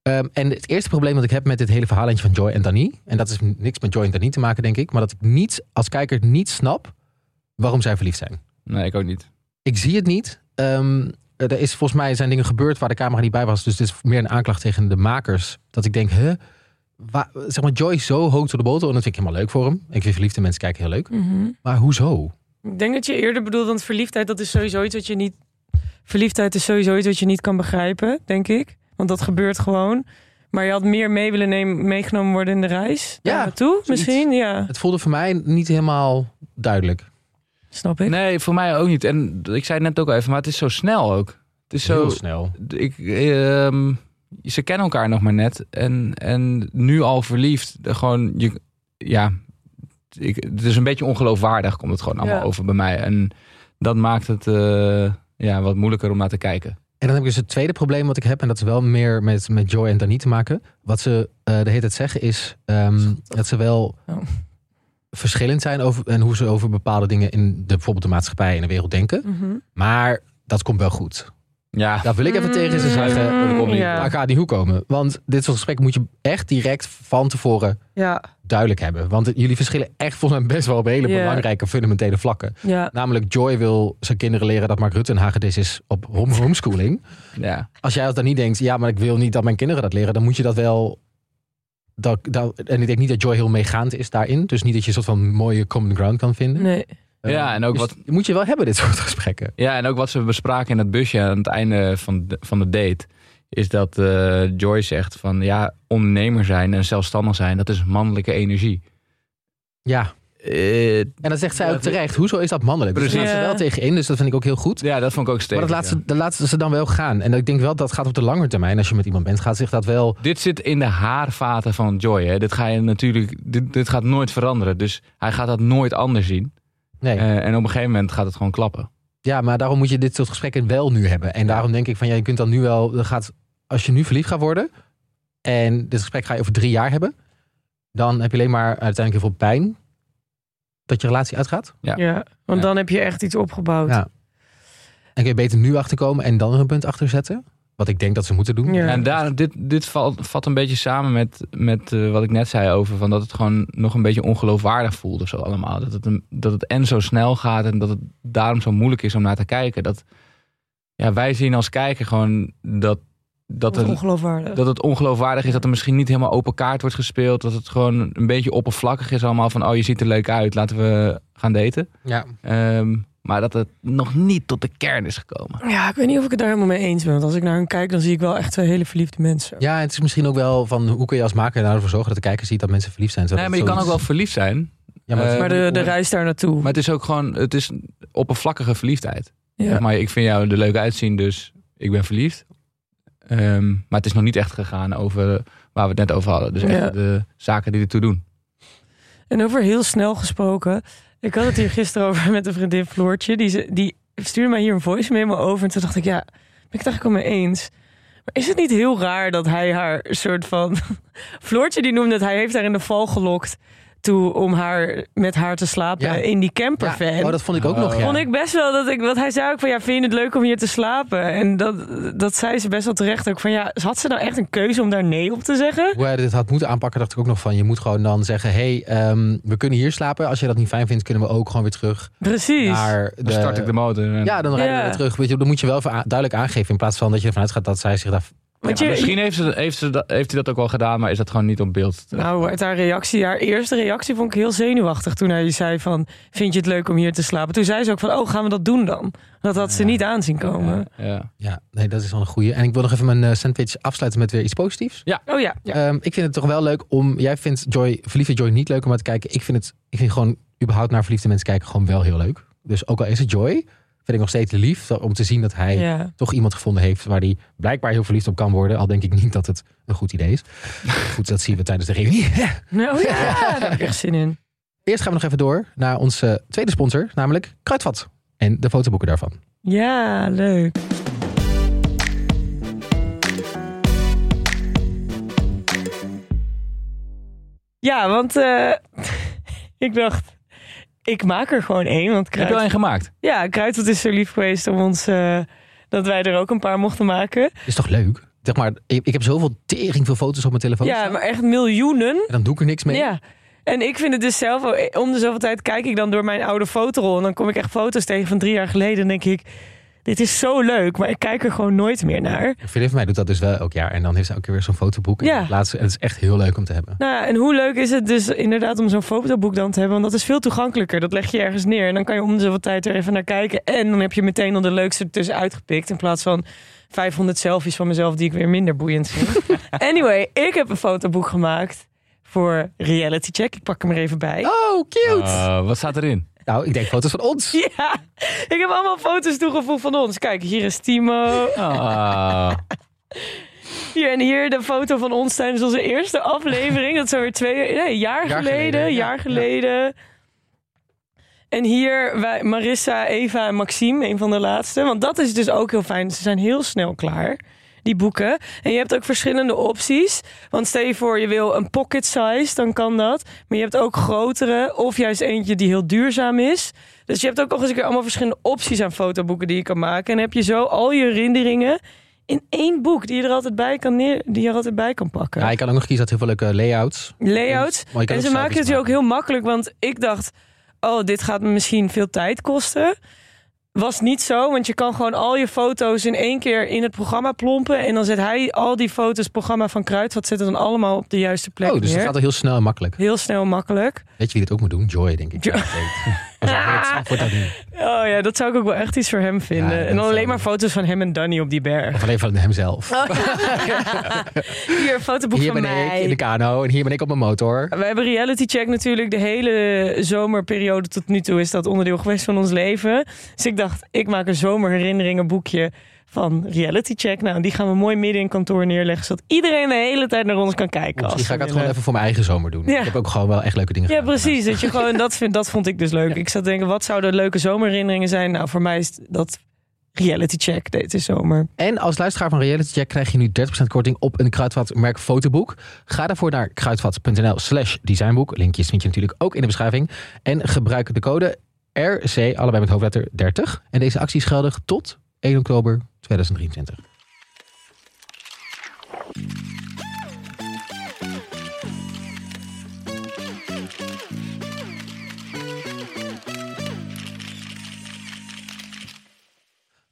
Speaker 2: Ehm, en het eerste probleem dat ik heb met dit hele verhaallijntje van Joy en Dani. En dat is niks met Joy en Dani te maken, denk ik. Maar dat ik niet, als kijker niet snap waarom zij verliefd zijn.
Speaker 3: Nee, ik ook niet.
Speaker 2: Ik zie het niet. Ehm, er is volgens mij zijn dingen gebeurd waar de camera niet bij was. Dus dit is meer een aanklacht tegen de makers. Dat ik denk, hè? zeg maar, Joy is zo hoog door de botel. En dat vind ik helemaal leuk voor hem. Ik vind verliefde mensen kijken heel leuk.
Speaker 1: Mhm.
Speaker 2: Maar hoezo?
Speaker 1: Ik denk dat je eerder bedoelt, want verliefdheid dat is sowieso iets wat je niet. Verliefdheid is sowieso iets wat je niet kan begrijpen, denk ik. Want dat gebeurt gewoon. Maar je had meer mee willen nemen, meegenomen worden in de reis.
Speaker 2: Ja,
Speaker 1: Ja, naartoe misschien. Ja,
Speaker 2: Het voelde voor mij niet helemaal duidelijk.
Speaker 1: snap ik.
Speaker 3: Nee, voor mij ook niet. En ik zei het net ook al even, maar het is zo snel ook. Het is zo...
Speaker 2: Heel snel.
Speaker 3: Ik, ehm, ze kennen elkaar nog maar net. En, en nu al verliefd. Gewoon, je, ja... Ik, het is een beetje ongeloofwaardig, komt het gewoon allemaal
Speaker 1: Ja.
Speaker 3: over bij mij. En dat maakt het eh, ja, wat moeilijker om naar te kijken.
Speaker 2: En dan heb ik dus het tweede probleem wat ik heb. En dat is wel meer met, met Joy en Dani te maken. Wat ze eh de hele tijd zeggen is ehm, dat ze wel
Speaker 1: Oh.
Speaker 2: verschillend zijn over, en hoe ze over bepaalde dingen in de, bijvoorbeeld de maatschappij en de wereld denken.
Speaker 1: Mhm.
Speaker 2: Maar dat komt wel goed.
Speaker 3: Ja,
Speaker 2: Daar wil ik even tegen ze
Speaker 1: Mm,
Speaker 2: zeggen.
Speaker 3: dat komt niet.
Speaker 1: Ja.
Speaker 2: Maar ga niet hoe komen. Want dit soort gesprekken moet je echt direct van tevoren
Speaker 1: ja,
Speaker 2: duidelijk hebben. Want jullie verschillen echt volgens mij best wel op hele
Speaker 1: Ja.
Speaker 2: belangrijke fundamentele vlakken.
Speaker 1: ja.
Speaker 2: Namelijk Joy wil zijn kinderen leren dat Mark Rutte een hagedis is op hom- homeschooling.
Speaker 3: ja.
Speaker 2: als jij dat dan niet denkt, ja, maar ik wil niet dat mijn kinderen dat leren, dan moet je dat wel. Dat, dat- en ik denk niet dat Joy heel meegaand is daarin. Dus niet dat je een soort van mooie common ground kan vinden.
Speaker 1: Nee.
Speaker 2: Eh,
Speaker 3: Ja, en ook
Speaker 2: dus
Speaker 3: wat-
Speaker 2: Moet je wel hebben, dit soort gesprekken.
Speaker 3: ja, en ook wat ze bespraken in het busje aan het einde van de, van de date... is dat eh, Joy zegt van... ja, ondernemer zijn en zelfstandig zijn... dat is mannelijke energie.
Speaker 2: Ja,
Speaker 3: Eh,
Speaker 2: en dat zegt zij
Speaker 3: Ja,
Speaker 2: ook
Speaker 3: dat-
Speaker 2: terecht. Hoezo is dat mannelijk? Dus daar
Speaker 3: Precies.
Speaker 2: gaat ze
Speaker 1: Ja.
Speaker 2: wel tegen in, dus dat vind ik ook heel goed.
Speaker 3: ja, dat vond ik ook
Speaker 2: maar
Speaker 3: stevig.
Speaker 2: dat laat,
Speaker 3: ja.
Speaker 2: ze, dat laat ze dan wel gaan. En ik denk wel dat gaat op de lange termijn. Als je met iemand bent, gaat zich dat wel.
Speaker 3: Dit zit in de haarvaten van Joy. Hè. Dit, ga je natuurlijk, dit, dit gaat nooit veranderen. Dus hij gaat dat nooit anders zien.
Speaker 2: Nee.
Speaker 3: Eh, en op een gegeven moment gaat het gewoon klappen.
Speaker 2: Ja, maar daarom moet je dit soort gesprekken wel nu hebben. En daarom denk ik van ja, je kunt dan nu wel. dat Gaat, als je nu verliefd gaat worden. en dit gesprek ga je over drie jaar hebben. dan heb je alleen maar uiteindelijk heel veel pijn. dat je relatie uitgaat.
Speaker 1: Ja.
Speaker 3: Ja.
Speaker 1: want
Speaker 3: Ja.
Speaker 1: dan heb je echt iets opgebouwd.
Speaker 2: Ja. En kun je beter nu achterkomen en dan er een punt achter zetten. Wat ik denk dat ze moeten doen.
Speaker 1: Ja.
Speaker 3: En daar, dit, dit valt, vat een beetje samen met, met eh, wat ik net zei over... Van dat het gewoon nog een beetje ongeloofwaardig voelde. Zo allemaal. Dat, het een- dat het en zo snel gaat en dat het daarom zo moeilijk is om naar te kijken. Dat, ja, wij zien als kijker gewoon dat, dat,
Speaker 1: Dat is
Speaker 3: er,
Speaker 1: ongeloofwaardig.
Speaker 3: dat het ongeloofwaardig is dat er misschien niet helemaal open kaart wordt gespeeld. Dat het gewoon een beetje oppervlakkig is allemaal van... oh, je ziet er leuk uit, laten we gaan daten.
Speaker 2: Ja.
Speaker 3: Ehm, maar dat het nog niet tot de kern is gekomen.
Speaker 1: Ja, ik weet niet of ik het daar helemaal mee eens ben. Want als ik naar hen kijk, dan zie ik wel echt twee hele verliefde mensen.
Speaker 2: ja, het is misschien ook wel van hoe kun je als maker ervoor zorgen dat de kijker ziet dat mensen verliefd zijn. zodat
Speaker 3: Nee, maar je
Speaker 2: het
Speaker 3: kan ook wel
Speaker 2: zoiets-
Speaker 3: verliefd zijn.
Speaker 2: Ja, maar het-
Speaker 3: eh,
Speaker 1: maar de, de reis daar naartoe.
Speaker 3: Maar het is ook gewoon, het is een oppervlakkige verliefdheid.
Speaker 1: ja.
Speaker 3: Zeg maar ik vind jou er leuk uitzien, dus ik ben verliefd. Ehm, maar het is nog niet echt gegaan over waar we het net over hadden. Dus echt
Speaker 1: Ja.
Speaker 3: de zaken die ertoe doen.
Speaker 1: En over heel snel gesproken. Ik had het hier gisteren over met een vriendin Floortje. Die, ze- die stuurde mij hier een voice memo over. En toen dacht ik, ja, ben ik het eigenlijk al mee eens. Maar is het niet heel raar dat hij haar soort van... Floortje die noemde het, hij heeft haar in de val gelokt... Toe om haar, met haar te slapen
Speaker 2: Ja.
Speaker 1: in die campervan.
Speaker 2: Ja, oh, dat vond ik ook nog. Ja.
Speaker 1: Vond ik best wel dat ik, want hij zei ook van ja, vind je het leuk om hier te slapen? En dat, dat zei ze best wel terecht ook van ja, had ze nou echt een keuze om daar nee op te zeggen?
Speaker 2: Hoe hij dit had moeten aanpakken, dacht ik ook nog van. Je moet gewoon dan zeggen: hé, hey, ehm, we kunnen hier slapen. Als je dat niet fijn vindt, kunnen we ook gewoon weer terug
Speaker 1: Precies.
Speaker 2: naar de.
Speaker 3: Dan start ik de motor. en-
Speaker 2: Ja, dan rijden
Speaker 1: Ja.
Speaker 2: we weer terug. Weet je, dan moet je wel even a- duidelijk aangeven. In plaats van dat je ervan uitgaat dat zij zich daar.
Speaker 1: Want
Speaker 3: Ja,
Speaker 1: je-
Speaker 3: misschien heeft, ze, heeft, ze dat, heeft hij dat ook wel gedaan, maar is dat gewoon niet op beeld.
Speaker 1: Nou, uit haar reactie, haar eerste reactie vond ik heel zenuwachtig toen hij zei van, vind je het leuk om hier te slapen? Toen zei ze ook van, oh, gaan we dat doen dan? Dat had ze niet aanzien komen.
Speaker 3: Ja, ja.
Speaker 2: Ja, nee, dat is wel een goeie. En ik wil nog even mijn eh, sandwich afsluiten met weer iets positiefs.
Speaker 1: Oh ja,
Speaker 2: Ehm, ik vind het toch wel leuk om. Jij vindt Joy, verliefde Joy niet leuk om naar te kijken. Ik vind het. Ik vind gewoon überhaupt naar verliefde mensen kijken gewoon wel heel leuk. Dus ook al is het Joy, vind ik nog steeds lief dat- om te zien dat hij.
Speaker 1: ja.
Speaker 2: toch iemand gevonden heeft waar hij blijkbaar heel verliefd op kan worden. Al denk ik niet dat het een goed idee is. Goed, dat zien we tijdens de reunie.
Speaker 1: Nou ja, daar heb ik echt zin in.
Speaker 2: Eerst gaan we nog even door naar onze tweede sponsor, namelijk Kruidvat. En de fotoboeken daarvan.
Speaker 1: Ja, leuk. Ja, want eh, ik dacht, ik maak er gewoon één. Want
Speaker 3: Heb je
Speaker 1: Kruid,
Speaker 3: al een gemaakt?
Speaker 1: ja, Kruid dat is zo lief geweest om ons, eh, dat wij er ook een paar mochten maken.
Speaker 2: Is toch leuk? Zeg maar, ik, ik heb zoveel tering veel foto's op mijn telefoon.
Speaker 1: Ja,
Speaker 2: staan.
Speaker 1: maar echt miljoenen.
Speaker 2: En dan doe ik er niks mee.
Speaker 1: Ja. En ik vind het dus zelf, om de zoveel tijd kijk ik dan door mijn oude fotorol. En dan kom ik echt foto's tegen van drie jaar geleden. En denk ik, dit is zo leuk, maar ik kijk er gewoon nooit meer naar.
Speaker 2: Een vriendin van mij doet dat dus wel elk jaar. En dan heeft ze elke keer weer zo'n fotoboek.
Speaker 1: Ja.
Speaker 2: En, laatste, en het is echt heel leuk om te hebben.
Speaker 1: Nou ja, en hoe leuk is het dus inderdaad om zo'n fotoboek dan te hebben? Want dat is veel toegankelijker. Dat leg je ergens neer en dan kan je om de zoveel tijd er even naar kijken. En dan heb je meteen al de leukste ertussen uitgepikt. In plaats van 500 selfies van mezelf die ik weer minder boeiend vind. anyway, ik heb een fotoboek gemaakt voor Reality Check. Ik pak hem er even bij.
Speaker 2: Oh, cute!
Speaker 3: Eh, wat staat erin?
Speaker 2: Nou, ik denk foto's van ons.
Speaker 1: Ja, ik heb allemaal foto's toegevoegd van ons. Kijk, hier is Timo.
Speaker 3: Ah,
Speaker 1: Hier en hier de foto van ons tijdens onze eerste aflevering. Dat is alweer twee nee, een jaar,
Speaker 2: Jaar
Speaker 1: geleden.
Speaker 2: geleden, ja,
Speaker 1: jaar
Speaker 2: ja.
Speaker 1: geleden. En hier wij, Marissa, Eva en Maxime, een van de laatste. Want dat is dus ook heel fijn. Ze zijn heel snel klaar, die boeken. En je hebt ook verschillende opties. Want stel je voor, je wil een pocket size, dan kan dat. Maar je hebt ook grotere, of juist eentje die heel duurzaam is. Dus je hebt ook nog eens een keer allemaal verschillende opties aan fotoboeken die je kan maken. En dan heb je zo al je herinneringen in één boek die je er altijd bij kan, neer, die je er altijd bij kan pakken.
Speaker 2: Ja, je kan ook nog kiezen dat heel veel leuke layouts.
Speaker 1: Layouts.
Speaker 2: Maar je kan
Speaker 1: En
Speaker 2: ook
Speaker 1: ze
Speaker 2: selfies
Speaker 1: maken het je ook heel makkelijk, want ik dacht, oh, dit gaat me misschien veel tijd kosten. Was niet zo, want je kan gewoon al je foto's in één keer in het programma plompen. En dan zet hij al die foto's, het programma van Kruidvat, zet het dan allemaal op de juiste plek
Speaker 2: Oh, dus
Speaker 1: neer.
Speaker 2: het gaat al heel snel en makkelijk.
Speaker 1: Heel snel makkelijk.
Speaker 2: Weet je wie dit ook moet doen? Joy, denk ik.
Speaker 1: Jo-
Speaker 2: Ja, ik weet. Als ik dat doen.
Speaker 1: Oh ja, dat zou ik ook wel echt iets voor hem vinden.
Speaker 2: Ja,
Speaker 1: en dan
Speaker 2: dat
Speaker 1: alleen
Speaker 2: zou-
Speaker 1: maar foto's van hem en Danny op die berg.
Speaker 2: Of alleen van hemzelf.
Speaker 1: Oh, Hier, een fotoboek
Speaker 2: Hier
Speaker 1: van
Speaker 2: ben
Speaker 1: mij.
Speaker 2: ik in de kano en hier ben ik op mijn motor.
Speaker 1: We hebben reality check natuurlijk de hele zomerperiode tot nu toe is dat onderdeel geweest van ons leven. Dus ik dacht, ik maak een zomerherinneringen boekje van reality check. Nou, die gaan we mooi midden in kantoor neerleggen, zodat iedereen de hele tijd naar ons kan kijken. als
Speaker 2: Misschien ga
Speaker 1: ze
Speaker 2: ik het
Speaker 1: willen.
Speaker 2: gewoon even voor mijn eigen zomer doen.
Speaker 1: Ja.
Speaker 2: Ik heb ook gewoon wel echt leuke dingen
Speaker 1: Ja,
Speaker 2: gedaan.
Speaker 1: precies. Dat, je gewoon, dat, vind, dat vond ik dus leuk. Ik zat te denken, wat zouden leuke zomerherinneringen zijn? Nou, voor mij is dat reality check deze zomer.
Speaker 2: En als luisteraar van Reality Check krijg je nu 30% korting op een Kruidvat merk fotoboek. Ga daarvoor naar kruidvat.nl slash designboek. Linkjes vind je natuurlijk ook in de beschrijving. En gebruik de code RC, allebei met hoofdletter 30. En deze actie is geldig tot 1 oktober 2023.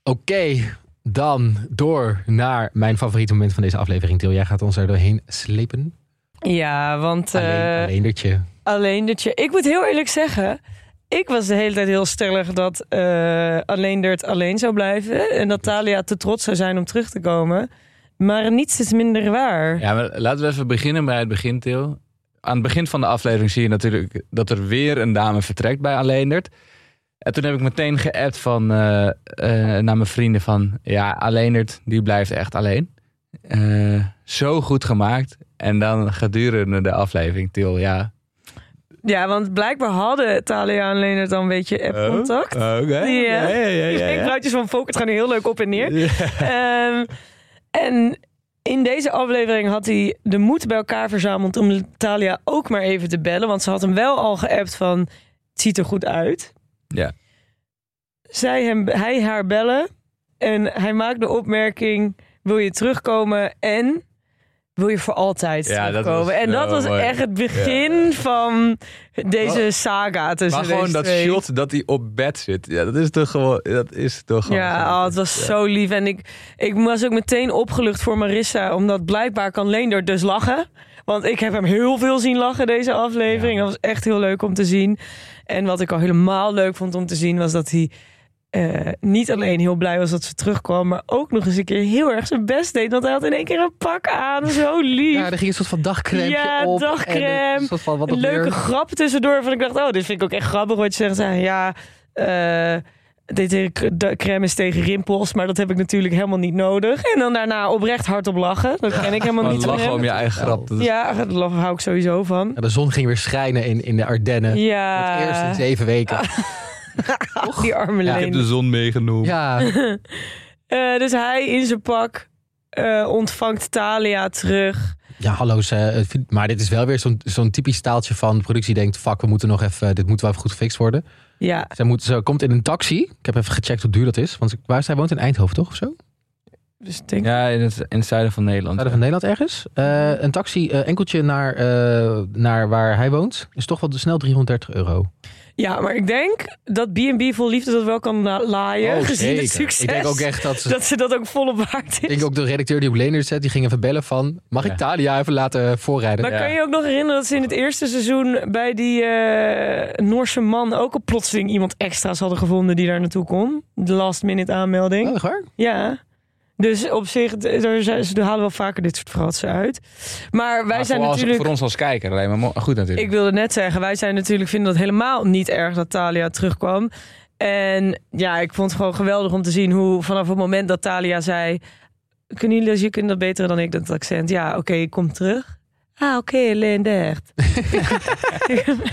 Speaker 2: Oké, dan door naar mijn favoriete moment van deze aflevering. Til, jij gaat ons er doorheen slepen.
Speaker 1: Ja, want... eh,
Speaker 2: alleen, alleendertje.
Speaker 1: Alleen dat je. Ik moet heel eerlijk zeggen. Ik was de hele tijd heel stellig dat eh alleen Dirt alleen zou blijven. En dat Talia te trots zou zijn om terug te komen. Maar niets is minder waar.
Speaker 3: ja, maar laten we even beginnen bij het begin, Til. Aan het begin van de aflevering zie je natuurlijk dat er weer een dame vertrekt bij Alleendert. En toen heb ik meteen geappt van, eh, eh, naar mijn vrienden van... Ja, Alleendert, die blijft echt alleen. Eh, zo goed gemaakt. En dan gedurende de aflevering, Til, ja.
Speaker 1: Ja, want blijkbaar hadden Talia en Leonard dan een beetje app-contact.
Speaker 3: Eh, Oké.
Speaker 1: Ja.
Speaker 3: ja, Oh. ja, ja,
Speaker 1: Ik
Speaker 3: ja.
Speaker 1: praatjes van Volkert gaan heel leuk op en neer.
Speaker 3: Ja.
Speaker 1: Ehm, en in deze aflevering had hij de moed bij elkaar verzameld om Talia ook maar even te bellen. Want ze had hem wel al geappt van, het ziet er goed uit.
Speaker 3: Ja.
Speaker 1: Zij hem, hij haar bellen en hij maakt de opmerking, wil je terugkomen en wil je voor altijd
Speaker 3: Ja, dat
Speaker 1: terugkomen.
Speaker 3: was
Speaker 1: en dat
Speaker 3: wel
Speaker 1: was
Speaker 3: mooi.
Speaker 1: echt het begin van deze saga tussen
Speaker 3: Maar gewoon
Speaker 1: deze
Speaker 3: dat
Speaker 1: twee.
Speaker 3: shot dat hij op bed zit. Ja, dat is toch gewoon... Dat is toch gewoon
Speaker 1: Ja, oh, het was zo lief. En ik, ik was ook meteen opgelucht voor Marissa. Omdat blijkbaar kan Leendert dus lachen. Want ik heb hem heel veel zien lachen deze aflevering.
Speaker 2: Ja.
Speaker 1: Dat was echt heel leuk om te zien. En wat ik al helemaal leuk vond om te zien... was dat hij eh, niet alleen heel blij was dat ze terugkwam... maar ook nog eens een keer heel erg zijn best deed. Want hij had in één keer een pak aan. Zo lief.
Speaker 2: Ja, er ging een soort van dagcrème
Speaker 1: Ja,
Speaker 2: op.
Speaker 1: dagcrème.
Speaker 2: En een soort van, wat
Speaker 1: Een
Speaker 2: nog
Speaker 1: leuke
Speaker 2: meer?
Speaker 1: grap tussendoor. Van ik dacht, oh, dit vind ik ook echt grappig. Wat je zegt, zei, ja, eh dit hele cr- de crème is tegen rimpels. Maar dat heb ik natuurlijk helemaal niet nodig. En dan daarna oprecht hardop lachen. Dat ken ik helemaal
Speaker 3: Gewoon
Speaker 1: niet van
Speaker 3: lachen
Speaker 1: hem.
Speaker 3: om je eigen grap. Dat is-
Speaker 1: Ja, daar lach- hou ik sowieso van.
Speaker 2: Ja, de zon ging weer schijnen in, in de Ardennen. Voor het eerst in
Speaker 1: Ja,
Speaker 2: zeven weken.
Speaker 1: die arme
Speaker 2: Ja. dus-
Speaker 1: leen.
Speaker 3: Ik heb de zon meegenomen.
Speaker 2: Ja,
Speaker 1: Eh, dus hij in zijn pak eh, ontvangt Talia terug.
Speaker 2: Ja, hallo. ze- het vi- maar dit is wel weer zo'n zo'n typisch taaltje van de productie denkt... fuck, we moeten nog even, dit moet wel even goed gefixt worden.
Speaker 1: Ja,
Speaker 2: Zij moet, ze komt in een taxi. Ik heb even gecheckt hoe duur dat is. Want ze- waar zij woont in Eindhoven, toch? Of zo?
Speaker 1: dus ik denk,
Speaker 3: Ja, in het, in het zuiden van Nederland.
Speaker 2: Zuiden van Nederland ergens. Eh, een taxi eh, enkeltje naar, eh, naar waar hij woont. Is toch wel snel 330 euro.
Speaker 1: ja, maar ik denk dat B&B vol liefde dat wel kan la- laaien,
Speaker 2: Oh,
Speaker 1: gezien
Speaker 2: zeker.
Speaker 1: het succes.
Speaker 2: Ik denk ook echt dat... ze-
Speaker 1: Dat ze dat ook volop waard
Speaker 2: ik
Speaker 1: is.
Speaker 2: denk ook de redacteur die op Lener zet, die ging even bellen van... Mag
Speaker 3: Ja.
Speaker 2: ik Talia even laten eh, voorrijden?
Speaker 1: Maar
Speaker 3: Ja.
Speaker 1: kan je ook nog herinneren dat ze in het eerste seizoen bij die eh, Noorse man ook al plotseling iemand extra's hadden gevonden die daar naartoe kon? De last minute aanmelding.
Speaker 2: Oh, echt waar?
Speaker 1: Ja. Dus op zich, d- er zijn- ze halen wel vaker dit soort fratsen uit. Maar wij
Speaker 3: Maar
Speaker 1: zijn
Speaker 3: voor, als-
Speaker 1: natuurlijk.
Speaker 3: voor ons als kijker alleen maar mo- goed natuurlijk.
Speaker 1: Ik wilde net zeggen, wij zijn natuurlijk vinden dat helemaal niet erg dat Talia terugkwam. En ja, ik vond het gewoon geweldig om te zien hoe vanaf het moment dat Talia zei... Cornelius, je kunt dat beter dan ik, dat accent. Ja, oké, ik kom terug. Ah, oké, Lindert. Ik-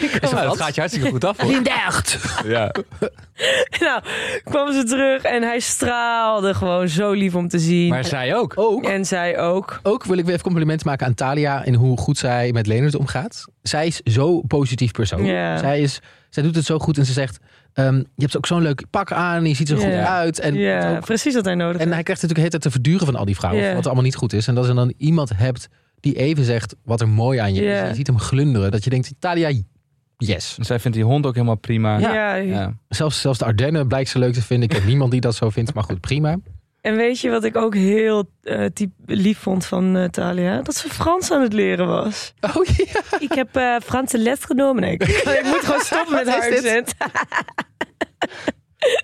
Speaker 1: ik kwam-
Speaker 3: Nou, dat gaat je hartstikke goed af. hoor.
Speaker 2: Lindecht!
Speaker 3: ja.
Speaker 1: nou, kwam ze terug en hij straalde gewoon zo lief om te zien.
Speaker 3: Maar zij ook.
Speaker 2: Ook
Speaker 1: En zij ook.
Speaker 2: Ook wil ik weer even compliment maken aan Talia in hoe goed zij met Leonard omgaat. Zij is zo positief persoon.
Speaker 1: Ja.
Speaker 2: Zij, is, zij doet het zo goed en ze zegt: ehm, Je hebt ook zo'n leuk pak aan, je ziet er goed
Speaker 1: Ja.
Speaker 2: uit. En,
Speaker 1: ja,
Speaker 2: ook-
Speaker 1: precies wat hij nodig
Speaker 2: en
Speaker 1: had.
Speaker 2: hij krijgt natuurlijk de hele tijd te verduren van al die vrouwen,
Speaker 1: Ja.
Speaker 2: wat er allemaal niet goed is. En dat je dan iemand hebt die even zegt wat er mooi aan je
Speaker 1: Ja.
Speaker 2: is. Je ziet hem glunderen, dat je denkt: Talia, yes.
Speaker 3: Zij vindt die hond ook helemaal prima.
Speaker 1: ja.
Speaker 3: Ja.
Speaker 2: Zelfs, zelfs de Ardennen blijkt ze leuk te vinden. Ik heb niemand die dat zo vindt, maar goed, prima.
Speaker 1: En weet je wat ik ook heel eh, typ- lief vond van eh, Thalia? Dat ze Frans aan het leren was.
Speaker 2: Oh ja.
Speaker 1: Ik heb eh Franse les genomen. Nee, ik, ik moet gewoon stoppen met
Speaker 2: Wat
Speaker 1: haar
Speaker 2: is dit?
Speaker 1: accent.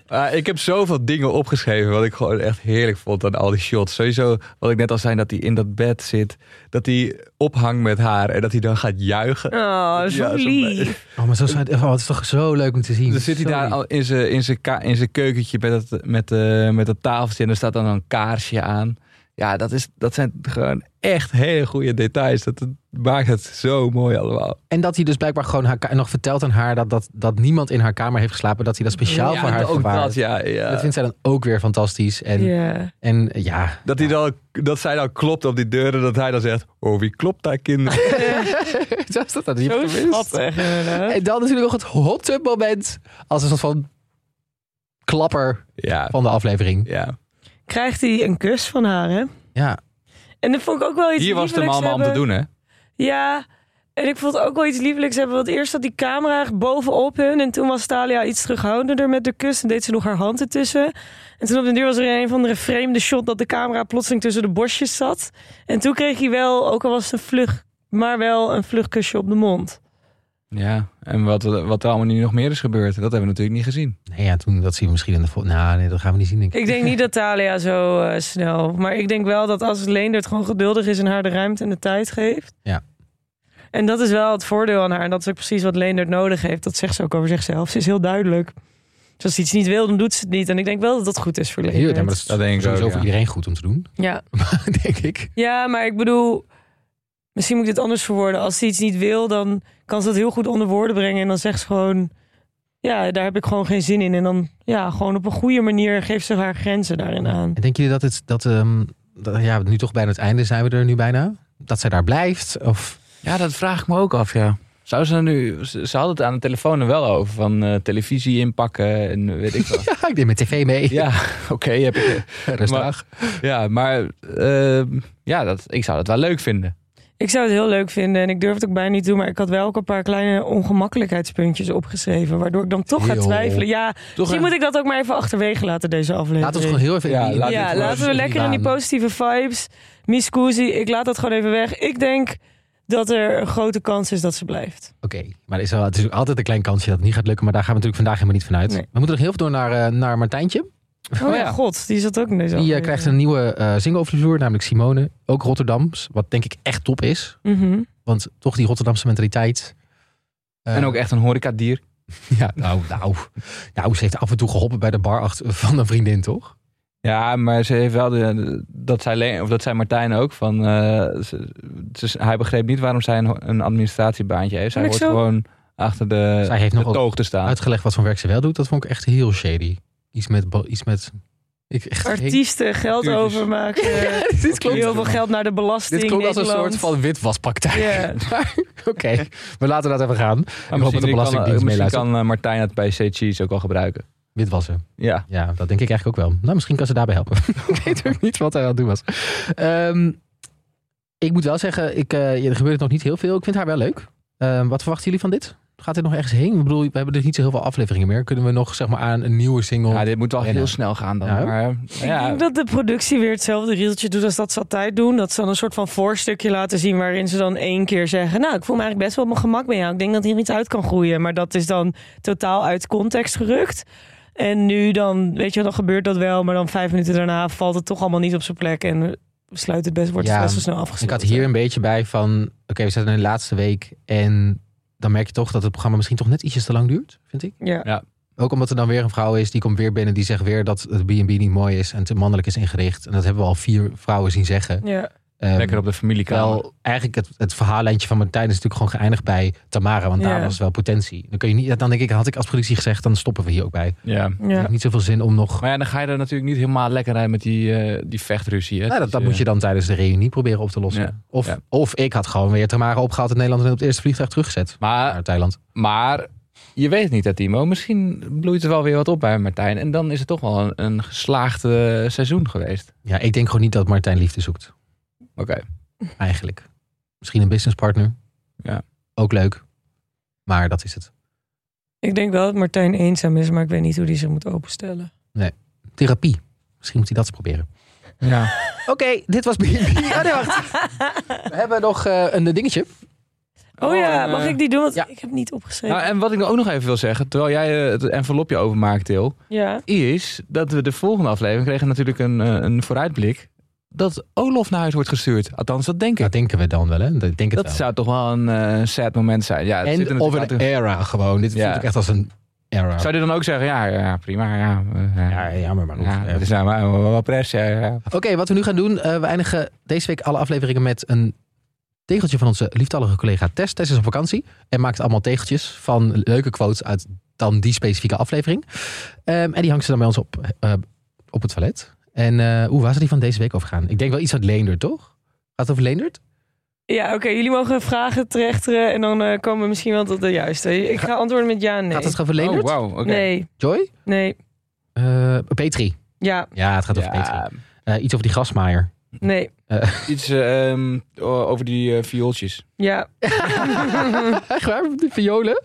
Speaker 3: Ah, ik heb zoveel dingen opgeschreven wat ik gewoon echt heerlijk vond aan al die shots. Sowieso, wat ik net al zei, dat hij in dat bed zit. Dat hij ophangt met haar en dat hij dan gaat juichen.
Speaker 1: Oh, zo
Speaker 3: Ja, zo'n
Speaker 1: lief.
Speaker 2: Oh, maar zo, zijn- oh, het is toch zo leuk om te zien.
Speaker 3: Dan zit hij
Speaker 2: Zo
Speaker 3: daar
Speaker 2: lief.
Speaker 3: al in zijn, in zijn, ka- in zijn keukentje met dat, met, eh, met dat tafeltje en er staat dan een kaarsje aan. Ja, dat, is, dat zijn gewoon echt hele goede details. Dat, dat maakt het zo mooi allemaal.
Speaker 2: En dat hij dus blijkbaar gewoon haar, ka- nog vertelt aan haar dat, dat, dat niemand in haar kamer heeft geslapen. Dat hij dat speciaal voor haar
Speaker 3: ook
Speaker 2: bewaart.
Speaker 3: dat, ja, ja.
Speaker 2: Dat vindt zij dan ook weer fantastisch. En,
Speaker 1: Ja.
Speaker 2: en eh, ja,
Speaker 3: Dat, hij dan, dat zij dan klopt op die deuren, dat hij dan zegt... Oh, wie klopt daar, kinderen?
Speaker 2: zo is dat dan. Die heb
Speaker 1: Zo
Speaker 2: ik gemist.
Speaker 1: schattig. inderdaad.
Speaker 2: En dan natuurlijk nog het hot tub moment. Als een soort van klapper
Speaker 3: ja,
Speaker 2: van de aflevering.
Speaker 3: ja.
Speaker 1: Krijgt hij een kus van haar, hè?
Speaker 2: Ja,
Speaker 1: En dat vond ik ook wel iets
Speaker 3: Hier was het hem
Speaker 1: liefelijks
Speaker 3: allemaal om te
Speaker 1: hebben.
Speaker 3: doen, hè?
Speaker 1: Ja, en ik vond ook wel iets liefelijks hebben. Want eerst zat die camera echt bovenop hun. En toen was Talia iets terughoudender met de kus. En deed ze nog haar hand ertussen. En toen op de duur was er een van de vreemde shot... dat de camera plotseling tussen de borstjes zat. En toen kreeg hij wel, ook al was het een vlug... maar wel een vlug kusje op de mond.
Speaker 3: Ja, en wat, wat er allemaal nu nog meer is gebeurd, dat hebben we natuurlijk niet gezien.
Speaker 2: nee, ja toen, dat zien we misschien in de volgende... Nou, nee, dat gaan we niet zien, denk ik.
Speaker 1: Ik denk niet dat Talia zo eh, snel... maar ik denk wel dat als Leendert gewoon geduldig is... en haar de ruimte en de tijd geeft...
Speaker 2: Ja.
Speaker 1: En dat is wel het voordeel aan haar. En dat is ook precies wat Leendert nodig heeft. Dat zegt ze ook over zichzelf. Ze is heel duidelijk. Dus als ze iets niet wil, dan doet ze het niet. En ik denk wel dat dat goed is voor
Speaker 2: Heel, ja,
Speaker 1: Leendert.
Speaker 2: maar dat is
Speaker 3: Dat denk ik
Speaker 2: sowieso
Speaker 3: ook,
Speaker 2: voor
Speaker 3: ja.
Speaker 2: iedereen goed om te doen,
Speaker 1: ja.
Speaker 2: denk ik.
Speaker 1: ja, maar ik bedoel... Misschien moet ik dit anders verwoorden. Als ze iets niet wil, dan kan ze dat heel goed onder woorden brengen. En dan zegt ze gewoon... Ja, daar heb ik gewoon geen zin in. En dan ja, gewoon op een goede manier geeft ze haar grenzen daarin aan.
Speaker 2: En denken jullie dat het... Dat, ehm, dat, ja, nu toch bijna het einde zijn we er nu bijna. Dat zij daar blijft? Of...
Speaker 3: Ja, dat vraag ik me ook af, ja. Zou ze nu... Ze ze had het aan de telefoon er wel over, van eh, televisie inpakken en weet ik wat.
Speaker 2: Ja, ik deed mijn tv mee.
Speaker 3: ja, oké, heb ik...
Speaker 2: Rustig.
Speaker 3: Ja, maar ehm, ja, dat, ik zou dat wel leuk vinden.
Speaker 1: Ik zou het heel leuk vinden en ik durf het ook bijna niet toe, maar ik had wel ook een paar kleine ongemakkelijkheidspuntjes opgeschreven, waardoor ik dan toch ga
Speaker 2: Heel.
Speaker 1: twijfelen. Ja,
Speaker 3: Toch
Speaker 1: misschien
Speaker 3: een-
Speaker 1: Dus moet ik dat ook maar even achterwege laten deze aflevering.
Speaker 2: Laat ons gewoon heel even...
Speaker 3: Ja,
Speaker 2: in die-
Speaker 3: laat dit
Speaker 1: ja,
Speaker 3: gewoon
Speaker 1: laten we
Speaker 3: even
Speaker 1: lekker in die
Speaker 2: laden.
Speaker 1: positieve vibes. Miss Koozie, ik laat dat gewoon even weg. Ik denk dat er een grote kans is dat ze blijft.
Speaker 2: Oké, maar er is wel, het is ook altijd een klein kansje dat het niet gaat lukken. Maar daar gaan we natuurlijk vandaag helemaal niet vanuit.
Speaker 1: Nee.
Speaker 2: We moeten nog heel veel door naar, eh, naar Martijntje.
Speaker 1: Oh, ja,
Speaker 3: ja.
Speaker 1: god, die zat ook in deze
Speaker 2: Die eh,
Speaker 1: aflevering.
Speaker 2: krijgt een nieuwe eh zingovervloer, namelijk Simone. Ook Rotterdams, wat denk ik echt top is.
Speaker 1: Mhm.
Speaker 2: Want toch die Rotterdamse mentaliteit. Eh,
Speaker 3: En ook echt een horecadier.
Speaker 2: Ja, nou, nou, nou, ze heeft af en toe geholpen bij de bar achter, van een vriendin, toch?
Speaker 3: Ja, maar ze heeft wel... De, de- dat, zei Leen- of dat zei Martijn ook, van... eh, ze, ze- hij begreep niet waarom zij een, een administratiebaantje heeft. Zij
Speaker 1: Vond
Speaker 3: wordt
Speaker 1: ik zo-
Speaker 3: gewoon achter de,
Speaker 2: Zij heeft
Speaker 3: de
Speaker 2: nog ook
Speaker 3: toog te staan.
Speaker 2: uitgelegd wat voor werk ze wel doet. Dat vond ik echt heel shady. Iets met, ba- iets met Ik, echt,
Speaker 1: Artiesten geld
Speaker 3: Duurtjes.
Speaker 1: overmaken.
Speaker 2: dit
Speaker 3: klopt.
Speaker 1: Heel veel geld naar de belasting.
Speaker 2: Dit klonk als een
Speaker 1: Nederland.
Speaker 2: soort van witwaspraktijk.
Speaker 1: Ja.
Speaker 2: Maar, Oké, we laten dat even gaan.
Speaker 3: Maar
Speaker 2: Ik hoop dat de
Speaker 3: misschien kan, eh,
Speaker 2: Belastingdienst
Speaker 3: misschien
Speaker 2: meeluistert.
Speaker 3: kan eh, Martijn het bij C Cheese ook al gebruiken.
Speaker 2: Witwassen.
Speaker 3: Ja.
Speaker 2: Ja, dat denk ik eigenlijk ook wel. Nou, misschien kan ze daarbij helpen. ik weet ook niet wat hij aan het doen was. Ehm, ik moet wel zeggen, ik, eh, er gebeurt nog niet heel veel. Ik vind haar wel leuk. Ehm, wat verwachten jullie van dit? Gaat dit nog ergens heen? Ik bedoel, we hebben dus niet zo heel veel afleveringen meer. Kunnen we nog zeg maar, aan een nieuwe single...
Speaker 3: ja, dit moet wel
Speaker 2: Rennen.
Speaker 3: heel snel gaan dan.
Speaker 2: Ja.
Speaker 3: Maar, eh,
Speaker 1: Ik
Speaker 3: ja,
Speaker 1: denk dat de productie weer hetzelfde riedeltje doet als dat ze altijd doen. Dat ze dan een soort van voorstukje laten zien waarin ze dan één keer zeggen... nou, ik voel me eigenlijk best wel op mijn gemak bij jou. Ik denk dat hier iets uit kan groeien. Maar dat is dan totaal uit context gerukt. En nu dan, weet je, wel, dan gebeurt dat wel. Maar dan vijf minuten daarna valt het toch allemaal niet op zijn plek. En sluit het best, wordt
Speaker 2: Ja,
Speaker 1: het best wel snel
Speaker 2: ik
Speaker 1: afgesloten.
Speaker 2: had hier een beetje bij van... Oké, we zitten in de laatste week en dan merk je toch dat het programma misschien toch net ietsjes te lang duurt, vind ik.
Speaker 1: Ja.
Speaker 2: Ook omdat er dan weer een vrouw is, die komt weer binnen, die zegt weer dat het B&B niet mooi is en te mannelijk is ingericht. En dat hebben we al vier vrouwen zien zeggen.
Speaker 1: Ja.
Speaker 2: Ehm,
Speaker 3: lekker op de familiekamer.
Speaker 2: Wel, eigenlijk het, het verhaallijntje van Martijn is natuurlijk gewoon geëindigd bij Tamara, want daar
Speaker 1: Ja.
Speaker 2: was wel potentie. Dan kun je niet, dan denk ik, had ik als productie gezegd, dan stoppen we hier ook bij. Ik
Speaker 3: Ja.
Speaker 1: ja.
Speaker 2: heb niet zoveel zin om nog.
Speaker 3: Maar ja, dan ga je er natuurlijk niet helemaal lekker uit met die, eh, die vechtruzie. Hè? Dus, eh,
Speaker 2: Nou, dat, dat moet je dan tijdens de reunie proberen op te lossen.
Speaker 3: Ja.
Speaker 2: Of,
Speaker 3: Ja.
Speaker 2: of ik had gewoon weer Tamara opgehaald in Nederland en op het eerste vliegtuig teruggezet
Speaker 3: Maar,
Speaker 2: naar Thailand.
Speaker 3: maar je weet het niet, hè, Timo. Misschien bloeit er wel weer wat op bij Martijn. En dan is het toch wel een, een geslaagd eh, seizoen geweest.
Speaker 2: Ja, ik denk gewoon niet dat Martijn liefde zoekt.
Speaker 3: Oké.
Speaker 2: eigenlijk. Misschien een businesspartner.
Speaker 3: Ja.
Speaker 2: Ook leuk. Maar dat is het.
Speaker 1: Ik denk wel dat Martijn eenzaam is, maar ik weet niet hoe die zich moet openstellen.
Speaker 2: Therapie. Misschien moet hij dat eens proberen.
Speaker 3: Ja.
Speaker 2: Oké, dit was B&B. Oh, nee, wacht. We hebben nog eh, een dingetje.
Speaker 1: Oh, ja, mag ik die doen? Want
Speaker 2: eh, ja.
Speaker 1: ik heb niet opgeschreven.
Speaker 3: eh, Nou, en wat ik nog ook nog even wil zeggen, terwijl jij eh, het envelopje openmaakt, Til,
Speaker 1: ja.
Speaker 3: is dat we de volgende aflevering kregen natuurlijk een, eh, een vooruitblik dat Olof naar huis wordt gestuurd. Althans, dat denk ik.
Speaker 2: Dat denken we dan wel, hè? Dat denk ik
Speaker 3: Dat
Speaker 2: wel.
Speaker 3: zou toch wel een eh, sad moment zijn. Ja, het zit er
Speaker 2: En of
Speaker 3: natuurlijk
Speaker 2: een
Speaker 3: aan
Speaker 2: era gewoon. Dit
Speaker 3: Ja.
Speaker 2: voelt ook echt als een era.
Speaker 3: toe. Zou je dan ook zeggen, ja, ja prima, ja. eh,
Speaker 2: Ja, jammer maar. nog.
Speaker 3: Ja,
Speaker 2: Eh,
Speaker 3: dat is nou maar wel- wel pres, ja, ja.
Speaker 2: Oké, wat we nu gaan doen. eh, we eindigen deze week alle afleveringen met een tegeltje van onze lieftallige collega Tess. Tess is op vakantie en maakt allemaal tegeltjes van leuke quotes uit dan die specifieke aflevering. Ehm, en die hangt ze dan bij ons op, eh, op het toilet. En eh hoe was die van deze week overgaan? Ik denk wel iets uit Leendert, toch? Gaat het over Leendert?
Speaker 1: Ja, oké. jullie mogen vragen terechteren en dan eh, komen we misschien wel tot de juiste. Ik ga antwoorden met ja en nee.
Speaker 2: Gaat het over Leendert?
Speaker 3: Oh, wow, oké.
Speaker 1: Nee,
Speaker 2: Joy?
Speaker 1: nee,
Speaker 2: Eh, Petri.
Speaker 1: ja,
Speaker 2: Ja, het gaat over Petri.
Speaker 3: Ja,
Speaker 2: Eh, iets over die grasmaaier.
Speaker 1: nee,
Speaker 3: iets eh, ehm, o- over die eh, viooltjes.
Speaker 1: ja.
Speaker 2: Echt waar? De violen?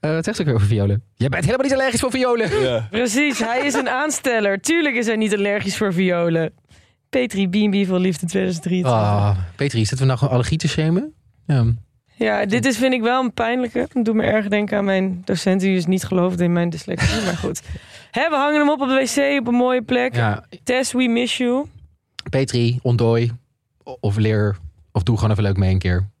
Speaker 2: Eh, wat zegt ze ook weer over violen? Je bent helemaal niet allergisch voor violen.
Speaker 3: Ja.
Speaker 1: Precies, hij is een aansteller. Tuurlijk is hij niet allergisch voor violen. Petri B&B voor Liefde 2023.
Speaker 2: Ah, Petri, zitten we nou gewoon allergie te shamen? Ja.
Speaker 1: Ja, dit is vind ik wel een pijnlijke. Het doet me erg denken aan mijn docent die dus niet geloofde in mijn dyslexie. maar goed. Hè, we hangen hem op op de wc op een mooie plek.
Speaker 2: ja.
Speaker 1: Tess, we miss you.
Speaker 2: Petri, ontdooi. o- Of leer. Of doe gewoon even leuk mee een keer.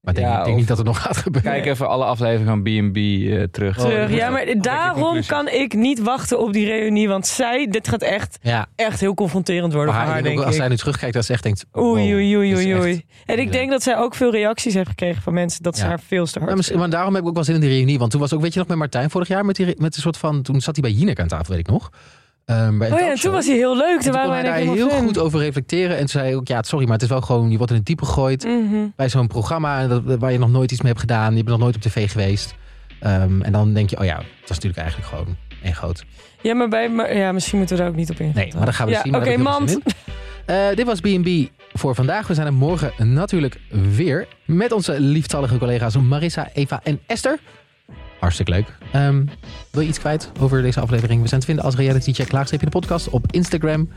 Speaker 2: Maar ik denk,
Speaker 3: Ja,
Speaker 2: ik denk
Speaker 3: of-
Speaker 2: niet dat het nog gaat gebeuren.
Speaker 3: Kijk even alle afleveringen van B&B eh, terug.
Speaker 2: Oh, dat
Speaker 1: Terug.
Speaker 2: moet
Speaker 1: Ja,
Speaker 2: wel.
Speaker 1: maar daarom
Speaker 3: conclusie.
Speaker 1: kan ik niet wachten op die reunie. Want zij, dit gaat echt
Speaker 2: Ja,
Speaker 1: echt heel confronterend worden
Speaker 2: maar
Speaker 1: voor haar,
Speaker 2: ik denk ook
Speaker 1: denk
Speaker 2: als
Speaker 1: ik.
Speaker 2: zij nu terugkijkt, dat ze echt denkt... wow,
Speaker 1: Oei, oei, oei,
Speaker 2: dit is
Speaker 1: oei,
Speaker 2: echt-
Speaker 1: oei. En ik
Speaker 2: Ja.
Speaker 1: denk dat zij ook veel reacties heeft gekregen van mensen dat ze
Speaker 2: Ja.
Speaker 1: haar veel te hard
Speaker 2: Maar, misschien- maar daarom heb ik ook wel zin in die reunie. Want toen was ook, weet je nog, met Martijn vorig jaar... met, die, re- met een soort van... Toen zat hij bij Jinek aan tafel, weet ik nog. Ehm, bij een
Speaker 1: Oh ja, en
Speaker 2: talkshow.
Speaker 1: toen was hij heel leuk.
Speaker 2: En
Speaker 1: Toen
Speaker 2: toen kon
Speaker 1: waren
Speaker 2: hij
Speaker 1: wij
Speaker 2: daar
Speaker 1: denk ik
Speaker 2: heel
Speaker 1: helemaal
Speaker 2: goed
Speaker 1: fan.
Speaker 2: over reflecteren. En toen zei hij ook, ja, sorry, maar het is wel gewoon... je wordt in het diepe gegooid.
Speaker 1: Mhm.
Speaker 2: bij zo'n programma dat- waar je nog nooit iets mee hebt gedaan. Je bent nog nooit op tv geweest. Ehm, en dan denk je, oh ja, dat is natuurlijk eigenlijk gewoon één groot.
Speaker 1: Ja, maar bij, maar, ja, misschien moeten we daar ook niet op ingaan.
Speaker 2: Nee, maar dan gaan we
Speaker 1: Ja,
Speaker 2: het zien. maar daar
Speaker 1: oké,
Speaker 2: heb ik heel veel zin in. Eh, dit was B&B voor vandaag. We zijn er morgen natuurlijk weer met onze lieftallige collega's Marissa, Eva en Esther. Hartstikke leuk. Ehm, wil je iets kwijt over deze aflevering? We zijn te vinden als Reality Check laagstreepje de podcast op Instagram.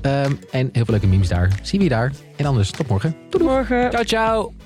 Speaker 2: Ehm, en heel veel leuke memes daar. Zie we je daar. En anders, tot morgen.
Speaker 1: Tot morgen.
Speaker 3: Ciao, ciao.